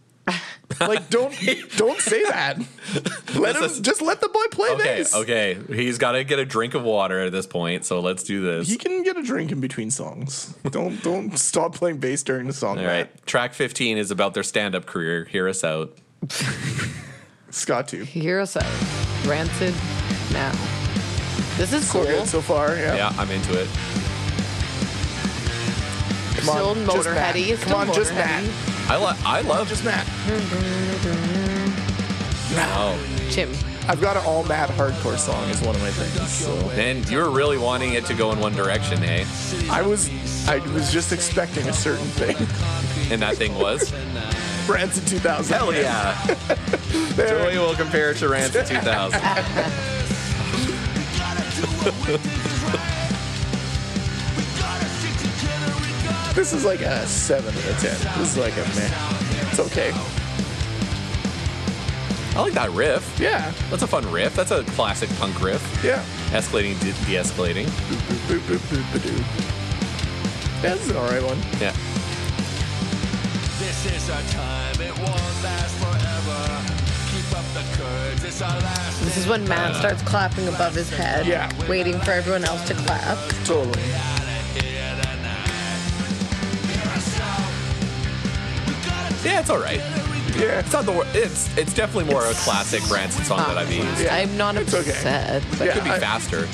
[SPEAKER 4] like, don't don't say that. Let him
[SPEAKER 1] This is-
[SPEAKER 4] just let the boy play
[SPEAKER 1] Okay,
[SPEAKER 4] bass.
[SPEAKER 1] okay. He's got to get a drink of water at this point, so let's do this.
[SPEAKER 4] He can get a drink in between songs. Don't don't stop playing bass during the song.
[SPEAKER 1] All
[SPEAKER 4] Matt.
[SPEAKER 1] right. Track 15 is about their stand up career. Hear us out.
[SPEAKER 4] Scott too.
[SPEAKER 3] Hear us out. Rancid now. This is cool.
[SPEAKER 4] So good so far. Yeah.
[SPEAKER 1] Yeah, I'm into it.
[SPEAKER 4] Come
[SPEAKER 3] Still
[SPEAKER 4] on, just Matt.
[SPEAKER 3] motorheady. It's
[SPEAKER 4] Come on,
[SPEAKER 3] still
[SPEAKER 4] just
[SPEAKER 3] motorheady.
[SPEAKER 4] Matt.
[SPEAKER 1] I, lo- I love
[SPEAKER 4] Just Matt.
[SPEAKER 1] Oh,
[SPEAKER 3] Chim.
[SPEAKER 4] I've got an all Matt hardcore song is one of my things. So
[SPEAKER 1] man, you were really wanting it to go in one direction, eh?
[SPEAKER 4] I was I was just expecting a certain thing.
[SPEAKER 1] And that thing was?
[SPEAKER 4] Brands in 2000.
[SPEAKER 1] Hell yeah. Joey will compare it to Rancid 2000.
[SPEAKER 4] This is like a seven out of ten. This is like a man. It's okay.
[SPEAKER 1] I like that riff.
[SPEAKER 4] Yeah.
[SPEAKER 1] That's a fun riff. That's a classic punk riff.
[SPEAKER 4] Yeah.
[SPEAKER 1] Escalating, de escalating.
[SPEAKER 4] Boop, boop, boop, boop, boop. Yeah, this is an alright one.
[SPEAKER 1] Yeah.
[SPEAKER 6] This is our time, it won't last forever. Keep up the courage, it's our last.
[SPEAKER 3] This is when
[SPEAKER 1] Uh,
[SPEAKER 3] Matt starts clapping above his head.
[SPEAKER 4] Yeah.
[SPEAKER 3] Waiting for everyone else to clap.
[SPEAKER 4] Totally.
[SPEAKER 1] Yeah, it's all right.
[SPEAKER 4] Yeah.
[SPEAKER 1] It's not the wor- It's it's definitely more a classic Rancid song that I've used.
[SPEAKER 4] Yeah.
[SPEAKER 3] I'm not
[SPEAKER 4] It's okay.
[SPEAKER 3] upset. But
[SPEAKER 1] Could be
[SPEAKER 4] I-
[SPEAKER 1] faster.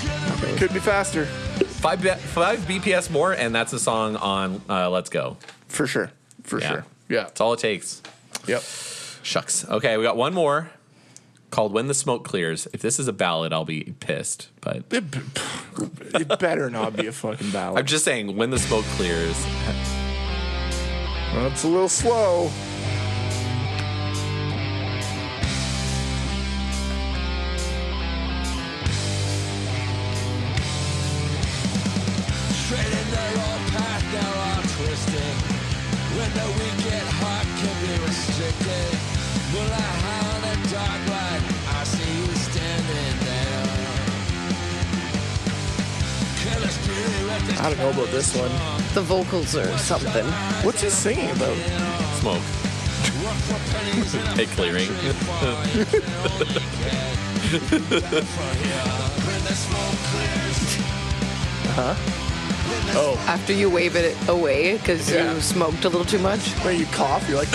[SPEAKER 4] Could be faster.
[SPEAKER 1] Five B- five BPS more, and that's a song on uh, Let's Go.
[SPEAKER 4] For sure. For
[SPEAKER 1] Yeah.
[SPEAKER 4] sure. Yeah.
[SPEAKER 1] That's all it takes.
[SPEAKER 4] Yep.
[SPEAKER 1] Shucks. Okay, we got one more called When the Smoke Clears. If this is a ballad, I'll be pissed. But
[SPEAKER 4] It, b- it better not be a fucking
[SPEAKER 1] I'm
[SPEAKER 4] ballad.
[SPEAKER 1] just saying, When the Smoke Clears.
[SPEAKER 4] Well, it's a little slow.
[SPEAKER 6] Straight in the wrong path, now I'm twisting. When the weak get hot can be restricted. Will I hide in the dark light? I see you standing there. Careless beauty with this
[SPEAKER 4] I don't know about this one.
[SPEAKER 3] the vocals or something.
[SPEAKER 4] What's he singing about?
[SPEAKER 1] Smoke.
[SPEAKER 6] work for pennies in a
[SPEAKER 1] Hey, clearing.
[SPEAKER 6] when the smoke clears.
[SPEAKER 3] After you wave it away because
[SPEAKER 4] Yeah.
[SPEAKER 3] you smoked a little too much.
[SPEAKER 4] Where you cough, you're like,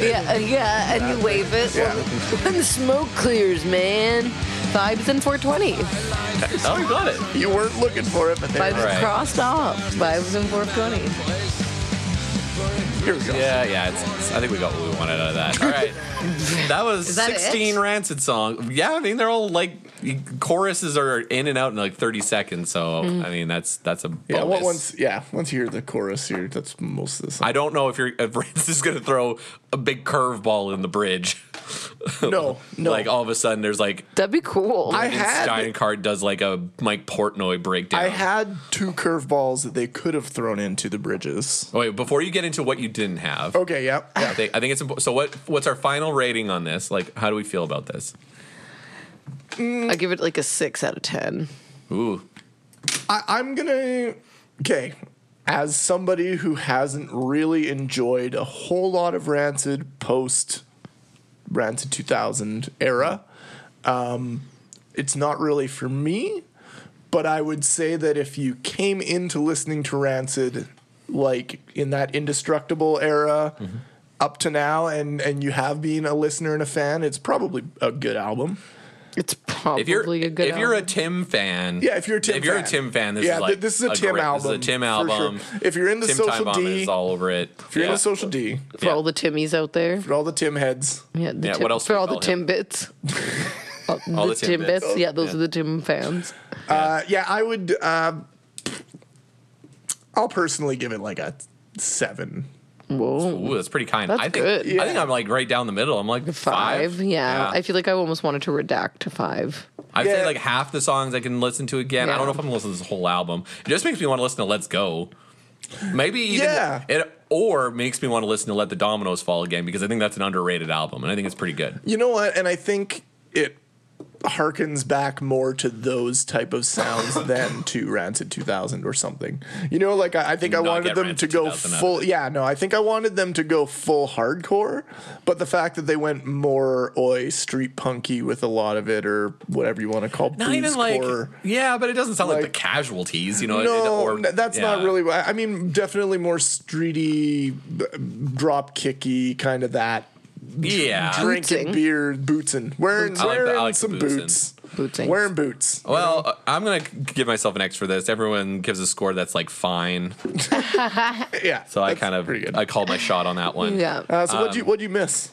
[SPEAKER 3] Yeah, uh, yeah, and you wave it
[SPEAKER 4] Yeah.
[SPEAKER 3] when the smoke clears, man. Vibes in 420.
[SPEAKER 1] Oh, you got it.
[SPEAKER 4] you weren't looking for it, but there.
[SPEAKER 3] Vibes
[SPEAKER 1] Right.
[SPEAKER 3] crossed off. Vibes in 420.
[SPEAKER 4] Here we go.
[SPEAKER 1] Yeah, yeah. It's, it's- I think we got what we wanted out of that. All right. That was
[SPEAKER 3] Is that it?
[SPEAKER 1] 16 Rancid songs. Yeah, I mean they're all like choruses are in and out in like 30 seconds. So
[SPEAKER 3] Mm.
[SPEAKER 1] I mean that's that's a bonus.
[SPEAKER 4] Yeah, what once yeah, once you hear the chorus here, that's most of the song.
[SPEAKER 1] I don't know if you're if Rancid is gonna throw a big curveball in the bridge.
[SPEAKER 4] no, no.
[SPEAKER 1] Like all of a sudden there's like
[SPEAKER 3] That'd be cool.
[SPEAKER 4] I had
[SPEAKER 1] Steinkart does like a Mike Portnoy breakdown.
[SPEAKER 4] I had two curveballs that they could have thrown into the bridges.
[SPEAKER 1] Oh, Wait, before you get into what you didn't have,
[SPEAKER 4] Okay, yeah.
[SPEAKER 1] I
[SPEAKER 4] yeah.
[SPEAKER 1] think, I think it's important. So what what's our final rating on this? Like, how do we feel about this?
[SPEAKER 3] I give it like a six out of ten.
[SPEAKER 1] Ooh,
[SPEAKER 4] I, I'm gonna Okay. As somebody who hasn't really enjoyed a whole lot of Rancid post Rancid 2000 era, um, it's not really for me. But I would say that if you came into listening to Rancid, like in that indestructible era up to now, and, and you have been a listener and a fan, it's probably a good album.
[SPEAKER 3] It's probably
[SPEAKER 1] if you're
[SPEAKER 3] a good.
[SPEAKER 1] if you're a
[SPEAKER 3] album.
[SPEAKER 1] Tim fan,
[SPEAKER 4] Yeah, if you're a Tim
[SPEAKER 1] if
[SPEAKER 4] fan.
[SPEAKER 1] you're a Tim fan, this
[SPEAKER 4] yeah,
[SPEAKER 1] is
[SPEAKER 4] thi-
[SPEAKER 1] like
[SPEAKER 4] this is a, Tim
[SPEAKER 1] great-
[SPEAKER 4] album.
[SPEAKER 1] This is a Tim
[SPEAKER 4] for
[SPEAKER 1] album.
[SPEAKER 4] sure. If you're into
[SPEAKER 1] Tim
[SPEAKER 4] social
[SPEAKER 1] Time Bomb
[SPEAKER 4] D,
[SPEAKER 1] is all over it.
[SPEAKER 4] if you're
[SPEAKER 1] yeah.
[SPEAKER 4] into social D,
[SPEAKER 3] for all the Timmies out there,
[SPEAKER 4] for all the Tim heads,
[SPEAKER 3] yeah, the
[SPEAKER 1] Yeah,
[SPEAKER 3] Tim-
[SPEAKER 1] what else do
[SPEAKER 3] for
[SPEAKER 1] we
[SPEAKER 3] all the
[SPEAKER 1] call him?
[SPEAKER 3] Timbits. all
[SPEAKER 1] All
[SPEAKER 3] the
[SPEAKER 1] the Timbits.
[SPEAKER 3] Timbits, yeah, those
[SPEAKER 1] Yeah.
[SPEAKER 3] are the Tim fans.
[SPEAKER 4] uh, yeah, I would. Uh, I'll personally give it like a seven.
[SPEAKER 3] Whoa,
[SPEAKER 1] Ooh, that's pretty kind.
[SPEAKER 3] That's
[SPEAKER 1] I think
[SPEAKER 3] good.
[SPEAKER 1] I think I'm like right down the middle. I'm like
[SPEAKER 3] five.
[SPEAKER 1] five.
[SPEAKER 3] Yeah. I feel like I almost wanted to redact to five.
[SPEAKER 1] I'd say
[SPEAKER 4] Yeah.
[SPEAKER 1] like half the songs I can listen to again. I
[SPEAKER 3] Yeah.
[SPEAKER 1] don't know if I'm gonna listen to this whole album. It just makes me want to listen to Let's Go. Maybe even
[SPEAKER 4] Yeah.
[SPEAKER 1] it or makes me want to listen to Let the Dominoes Fall again because I think that's an underrated album and I think it's pretty good.
[SPEAKER 4] You know what? And I think it harkens back more to those type of sounds than to Rancid 2000 or something. You know, like I, I think I
[SPEAKER 1] Not
[SPEAKER 4] wanted
[SPEAKER 1] get
[SPEAKER 4] them to
[SPEAKER 1] Rancid
[SPEAKER 4] go
[SPEAKER 1] 2000 out of
[SPEAKER 4] full. Yeah, no, I think I wanted them to go full hardcore, but the fact that they went more oi street punky with a lot of it or whatever you want to call
[SPEAKER 1] Not even like
[SPEAKER 4] bluescore.
[SPEAKER 1] yeah, but it doesn't sound like,
[SPEAKER 4] like-
[SPEAKER 1] the casualties, you know. it-
[SPEAKER 4] No,
[SPEAKER 1] or-
[SPEAKER 4] n- that's not
[SPEAKER 1] yeah.
[SPEAKER 4] really. why- I mean, definitely more streety, b- drop kicky kind of that.
[SPEAKER 1] Yeah.
[SPEAKER 4] Drinking
[SPEAKER 3] Bootsing.
[SPEAKER 4] beer, bootsing, wearing,
[SPEAKER 1] I like that. I
[SPEAKER 4] wearing
[SPEAKER 1] like the
[SPEAKER 4] some
[SPEAKER 1] bootsing.
[SPEAKER 4] boots,
[SPEAKER 3] Bootsing.
[SPEAKER 4] wearing boots.
[SPEAKER 1] Well, uh, I'm gonna give myself an X for this. Everyone gives a score that's like fine,
[SPEAKER 4] Yeah.
[SPEAKER 1] so I
[SPEAKER 4] that's
[SPEAKER 1] kind of
[SPEAKER 4] pretty good.
[SPEAKER 1] I um, called my shot on that one.
[SPEAKER 3] Yeah.
[SPEAKER 4] Uh, so what'd you what'd you miss?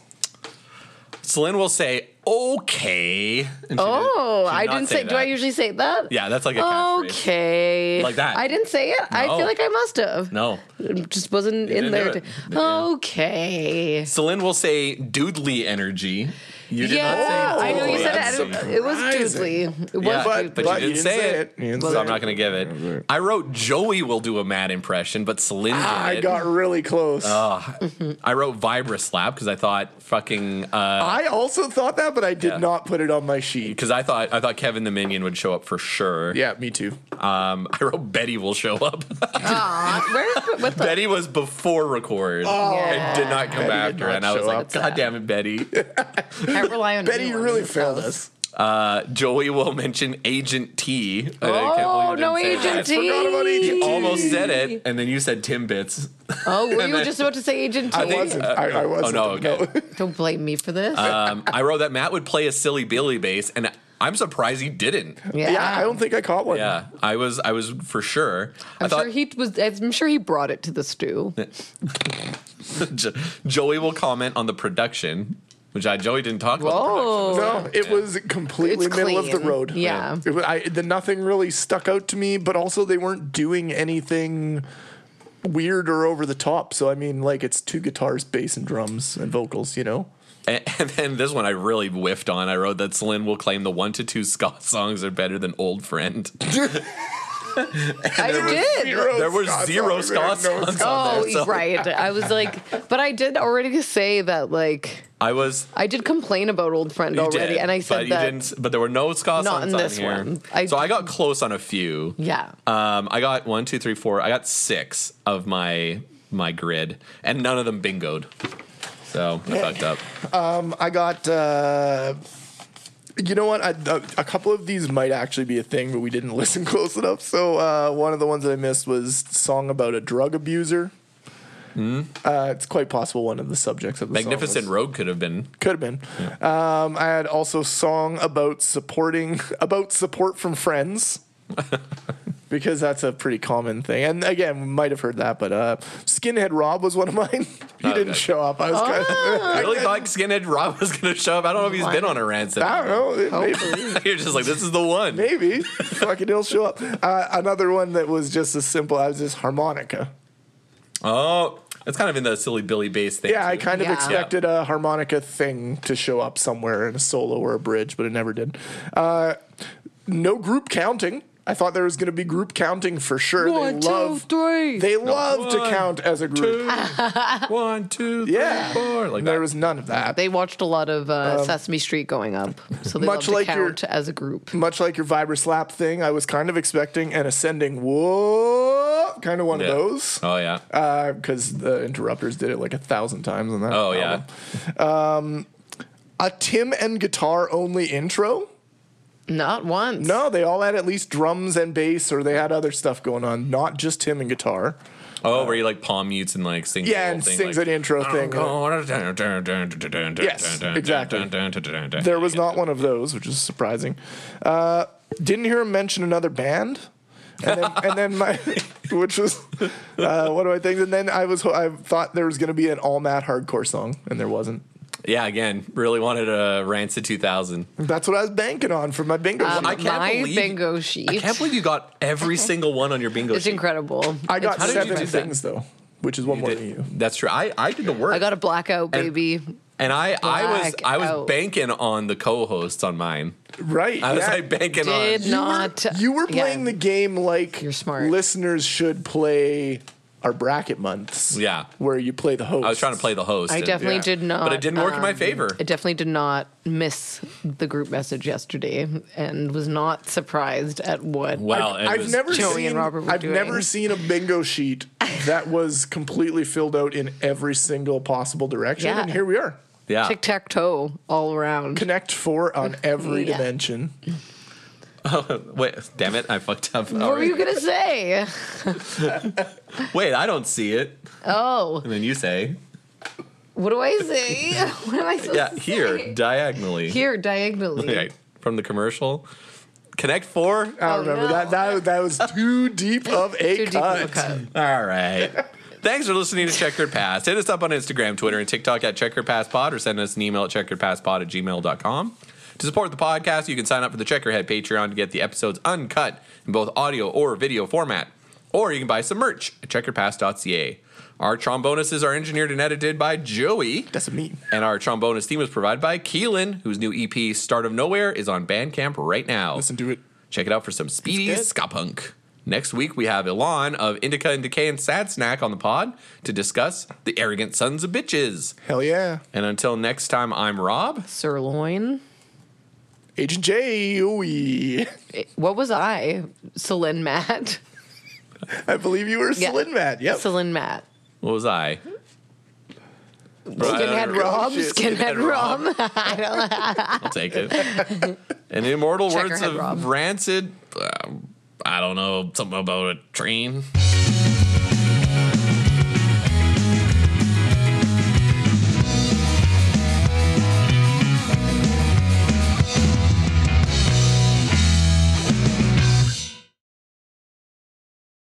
[SPEAKER 1] Celine will say okay. and she did-
[SPEAKER 3] Oh,
[SPEAKER 1] she did
[SPEAKER 3] I
[SPEAKER 1] not
[SPEAKER 3] didn't say. do
[SPEAKER 1] that.
[SPEAKER 3] I usually say that?
[SPEAKER 1] Yeah, that's like a catchphrase.
[SPEAKER 3] Okay.
[SPEAKER 1] Like that.
[SPEAKER 3] I didn't say it. I
[SPEAKER 1] No.
[SPEAKER 3] feel like I must have.
[SPEAKER 1] No,
[SPEAKER 3] It just wasn't
[SPEAKER 1] didn't
[SPEAKER 3] in there.
[SPEAKER 1] do
[SPEAKER 3] to-
[SPEAKER 1] it. Yeah.
[SPEAKER 3] Okay.
[SPEAKER 1] Celine will say doodly energy. You did
[SPEAKER 3] yeah,
[SPEAKER 1] not say.
[SPEAKER 3] I know you
[SPEAKER 1] doodly
[SPEAKER 3] said it. I
[SPEAKER 1] energy.
[SPEAKER 3] didn't- It was
[SPEAKER 4] Surprising.
[SPEAKER 3] doodly. It was
[SPEAKER 1] Yeah, But-
[SPEAKER 4] But, but,
[SPEAKER 1] but
[SPEAKER 3] doodly.
[SPEAKER 4] you, didn't say it. You didn't
[SPEAKER 1] So
[SPEAKER 4] say
[SPEAKER 1] I'm not
[SPEAKER 4] it.
[SPEAKER 1] gonna give it. I wrote Joey will do a mad impression, but Celine did.
[SPEAKER 4] Ah, I got really close.
[SPEAKER 1] Oh, I wrote Vibra Slap because I thought fucking uh,
[SPEAKER 4] I also thought that, but I did
[SPEAKER 1] Yeah.
[SPEAKER 4] not put it on my sheet.
[SPEAKER 1] because I thought I thought Kevin the Minion would show up for sure.
[SPEAKER 4] Yeah, me too.
[SPEAKER 1] Um, I wrote Betty will show up.
[SPEAKER 3] Aw, where, what the?
[SPEAKER 1] Betty was before record
[SPEAKER 3] Yeah.
[SPEAKER 1] and did not come
[SPEAKER 4] Oh, Betty did
[SPEAKER 1] after,
[SPEAKER 4] not
[SPEAKER 1] and I was
[SPEAKER 4] show
[SPEAKER 1] like,
[SPEAKER 4] up.
[SPEAKER 1] God damn it, Betty.
[SPEAKER 3] Can't rely on
[SPEAKER 4] Betty, you
[SPEAKER 3] anyone
[SPEAKER 4] really
[SPEAKER 3] in this
[SPEAKER 4] failed
[SPEAKER 3] house.
[SPEAKER 4] us.
[SPEAKER 1] Uh, Joey will mention Agent T. and I can't
[SPEAKER 3] Oh,
[SPEAKER 1] believe
[SPEAKER 3] no,
[SPEAKER 1] I didn't say
[SPEAKER 3] Agent
[SPEAKER 1] that.
[SPEAKER 3] T.
[SPEAKER 4] Forgot about Agent
[SPEAKER 1] He almost said it, and then you said Timbits.
[SPEAKER 3] Oh, were
[SPEAKER 1] And
[SPEAKER 3] you
[SPEAKER 1] then-
[SPEAKER 3] just about to say Agent T?
[SPEAKER 4] I wasn't. I, I wasn't.
[SPEAKER 1] oh, no, okay.
[SPEAKER 3] Don't blame me for this.
[SPEAKER 1] um, I wrote that Matt would play a silly Billy bass, and I'm surprised he didn't.
[SPEAKER 4] Yeah. I don't think I caught one.
[SPEAKER 1] Yeah, I was, I was for sure. I
[SPEAKER 3] I'm
[SPEAKER 1] thought
[SPEAKER 3] sure he was. I'm sure he brought it to the stew.
[SPEAKER 1] Jo- Joey will comment on the production, which I Joey didn't talk about. the production.
[SPEAKER 3] Whoa.
[SPEAKER 4] No, it was completely
[SPEAKER 3] It's
[SPEAKER 4] middle of the
[SPEAKER 3] clean.
[SPEAKER 4] road.
[SPEAKER 3] Yeah.
[SPEAKER 4] It wa- I, the nothing really stuck out to me, but also they weren't doing anything weird or over the top. So I mean, like it's two guitars, bass, and drums and vocals. You know.
[SPEAKER 1] And, and then this one I really whiffed on. I wrote that Celine will claim the one to two Scott songs are better than Old Friend.
[SPEAKER 3] I did.
[SPEAKER 1] There were
[SPEAKER 4] Scots
[SPEAKER 1] zero
[SPEAKER 4] on there,
[SPEAKER 1] Scots
[SPEAKER 4] no
[SPEAKER 1] songs on
[SPEAKER 3] Oh,
[SPEAKER 1] there. So
[SPEAKER 3] right. I was like, but I did already say that. Like,
[SPEAKER 1] I was.
[SPEAKER 3] I did complain about old friend
[SPEAKER 1] You
[SPEAKER 3] already,
[SPEAKER 1] did,
[SPEAKER 3] and I
[SPEAKER 1] but
[SPEAKER 3] said
[SPEAKER 1] you
[SPEAKER 3] that.
[SPEAKER 1] didn't, but there were no Scott
[SPEAKER 3] Not
[SPEAKER 1] songs
[SPEAKER 3] in this
[SPEAKER 1] on here.
[SPEAKER 3] one. I-
[SPEAKER 1] so I got close on a few.
[SPEAKER 3] Yeah.
[SPEAKER 1] Um, I got one, two, three, four. I got six of my my grid, and none of them bingoed. So I fucked up.
[SPEAKER 4] I got. Uh, you know what? I, a, a couple of these might actually be a thing, but we didn't listen close enough. So uh, one of the ones that I missed was song about a drug abuser. Uh, it's quite possible one of the subjects of the song
[SPEAKER 1] Magnificent
[SPEAKER 4] was-
[SPEAKER 1] Road could have been
[SPEAKER 4] Could have been. Um, I had also song about supporting about support from friends. because that's a pretty common thing. And again, we might have heard that, but uh, Skinhead Rob was one of mine. he didn't
[SPEAKER 1] Okay.
[SPEAKER 4] show up. Oh, I was kind of,
[SPEAKER 1] I really thought Skinhead Rob was going to show up. I don't know if he's been on a rancid.
[SPEAKER 4] I don't know. Maybe,
[SPEAKER 1] You're just like, this is the one.
[SPEAKER 4] maybe. fucking he'll show up. Uh, another one that was just as simple as just harmonica.
[SPEAKER 1] Oh, that's kind of in the silly Billy bass thing.
[SPEAKER 4] Yeah, I
[SPEAKER 1] too.
[SPEAKER 4] kind of
[SPEAKER 3] Yeah.
[SPEAKER 4] expected a harmonica thing to show up somewhere in a solo or a bridge, but it never did. Uh, no group counting. I thought there was going to be group counting for sure.
[SPEAKER 3] One,
[SPEAKER 4] they
[SPEAKER 3] two,
[SPEAKER 4] love
[SPEAKER 3] three.
[SPEAKER 4] they love to
[SPEAKER 1] One,
[SPEAKER 4] count as a group.
[SPEAKER 1] One, two, three,
[SPEAKER 4] Yeah.
[SPEAKER 1] four. Like that.
[SPEAKER 4] there was none of that.
[SPEAKER 3] They watched a lot of uh,
[SPEAKER 1] Um,
[SPEAKER 3] Sesame Street going up, so they
[SPEAKER 4] much
[SPEAKER 3] love
[SPEAKER 4] like
[SPEAKER 3] to
[SPEAKER 4] your-
[SPEAKER 3] count as a group.
[SPEAKER 4] Much like your vibra slap thing, I was kind of expecting an ascending whoa, kind of one
[SPEAKER 1] Yeah.
[SPEAKER 4] of those.
[SPEAKER 1] oh, yeah.
[SPEAKER 4] Because the interrupters did it like a thousand times on that.
[SPEAKER 1] oh, yeah.
[SPEAKER 4] album. A Tim and guitar only intro.
[SPEAKER 3] Not once.
[SPEAKER 4] No, they all had at least drums and bass, or they had other stuff going on, not just him and guitar.
[SPEAKER 1] Oh, where he like palm mutes and like sings. the
[SPEAKER 4] Yeah,
[SPEAKER 1] whole
[SPEAKER 4] and
[SPEAKER 1] thing,
[SPEAKER 4] sings
[SPEAKER 1] like,
[SPEAKER 4] an intro thing. Yes,
[SPEAKER 1] Yes,
[SPEAKER 4] exactly. There was not one of those, which is surprising. Uh, didn't hear him mention another band. and then, and then my, which was, uh, what do I think? And then I was, I thought there was going to be an all Matt hardcore song, and there wasn't.
[SPEAKER 1] Yeah, again, really wanted a Rancid 2000.
[SPEAKER 4] That's what I was banking on for my bingo.
[SPEAKER 3] Um,
[SPEAKER 4] sheet.
[SPEAKER 1] I can't
[SPEAKER 3] Mm-hmm. my
[SPEAKER 1] believe-
[SPEAKER 3] bingo
[SPEAKER 1] I
[SPEAKER 3] sheet.
[SPEAKER 1] can't believe you got every single one on your bingo
[SPEAKER 3] it's
[SPEAKER 1] sheet.
[SPEAKER 3] incredible.
[SPEAKER 4] I got
[SPEAKER 1] How did you
[SPEAKER 4] seven
[SPEAKER 1] do that?
[SPEAKER 4] things though, which is one more than you.
[SPEAKER 1] That's true. I, I did the work.
[SPEAKER 3] I got a blackout,
[SPEAKER 1] And-
[SPEAKER 3] baby.
[SPEAKER 1] and I, I was
[SPEAKER 3] Black
[SPEAKER 1] I was
[SPEAKER 3] out.
[SPEAKER 1] banking on the co-hosts on mine.
[SPEAKER 4] Right.
[SPEAKER 1] I was
[SPEAKER 4] yeah.
[SPEAKER 1] like banking
[SPEAKER 3] Did
[SPEAKER 1] on.
[SPEAKER 3] not. uh,
[SPEAKER 4] You were playing
[SPEAKER 3] yeah.
[SPEAKER 4] the game like
[SPEAKER 3] You're smart.
[SPEAKER 4] listeners should play are bracket months.
[SPEAKER 1] Yeah.
[SPEAKER 4] Where you play the host.
[SPEAKER 1] I was trying to play the host.
[SPEAKER 3] I
[SPEAKER 1] and-
[SPEAKER 3] definitely
[SPEAKER 1] yeah.
[SPEAKER 3] did not.
[SPEAKER 1] But it didn't work in my
[SPEAKER 3] um,
[SPEAKER 1] favor.
[SPEAKER 3] I definitely did not miss the group message yesterday and was not surprised at what.
[SPEAKER 1] Well, it
[SPEAKER 4] I've
[SPEAKER 1] was-
[SPEAKER 4] never
[SPEAKER 3] Joey
[SPEAKER 4] seen
[SPEAKER 3] and Robert were
[SPEAKER 4] I've
[SPEAKER 3] doing.
[SPEAKER 4] never seen a bingo sheet that was completely filled out in every single possible direction.
[SPEAKER 3] Yeah.
[SPEAKER 4] And here we are.
[SPEAKER 1] Yeah.
[SPEAKER 3] Tic tac toe all around.
[SPEAKER 4] Connect four on every
[SPEAKER 3] Yeah.
[SPEAKER 4] dimension.
[SPEAKER 1] Wait, damn it! I fucked up.
[SPEAKER 3] What were you gonna say?
[SPEAKER 1] Wait, I don't see it.
[SPEAKER 3] Oh,
[SPEAKER 1] And then you say,
[SPEAKER 3] what do I say? What am I supposed
[SPEAKER 1] "Yeah,
[SPEAKER 3] to say?
[SPEAKER 1] here diagonally."
[SPEAKER 3] Here, diagonally.
[SPEAKER 1] Right, from the commercial. Connect four.
[SPEAKER 4] I
[SPEAKER 3] Oh,
[SPEAKER 4] don't remember
[SPEAKER 3] no.
[SPEAKER 4] that, that. That was too deep of a
[SPEAKER 3] Too
[SPEAKER 4] cut.
[SPEAKER 3] deep of a cut.
[SPEAKER 1] All right. Thanks for listening to Checkered Pass. Hit us up on Instagram, Twitter, and TikTok at Checkered Pass Pod or send us an email at checkeredpasspod at gmail.com. To support the podcast, you can sign up for the Checkerhead Patreon to get the episodes uncut in both audio or video format. Or you can buy some merch at checkeredpass.ca. Our trombonuses are engineered and edited by Joey.
[SPEAKER 4] That's a meme.
[SPEAKER 1] And our trombonist theme was provided by Keelan, whose new EP, Start of Nowhere, is on Bandcamp right now.
[SPEAKER 4] Listen to it.
[SPEAKER 1] Check it out for some speedy
[SPEAKER 4] It's good.
[SPEAKER 1] ska punk. Next week, we have Ilan of Indica and Decay and Sad Snack on the pod to discuss the arrogant sons of bitches.
[SPEAKER 4] Hell yeah.
[SPEAKER 1] And until next time, I'm Rob.
[SPEAKER 3] Sirloin.
[SPEAKER 4] Agent J. Ooey.
[SPEAKER 3] Eh, What was I? Celine Matt.
[SPEAKER 4] I believe you were
[SPEAKER 3] Yeah.
[SPEAKER 4] Slin Matt. Yep.
[SPEAKER 3] Celine Matt.
[SPEAKER 1] What was I?
[SPEAKER 3] Skinhead
[SPEAKER 1] Rob.
[SPEAKER 3] Rob.
[SPEAKER 4] Shit.
[SPEAKER 3] Skinhead Rob.
[SPEAKER 1] I'll take it. and the immortal
[SPEAKER 3] Check her
[SPEAKER 1] words uh,
[SPEAKER 3] head,
[SPEAKER 1] of
[SPEAKER 3] Rob.
[SPEAKER 1] rancid. um, I don't know something about a train.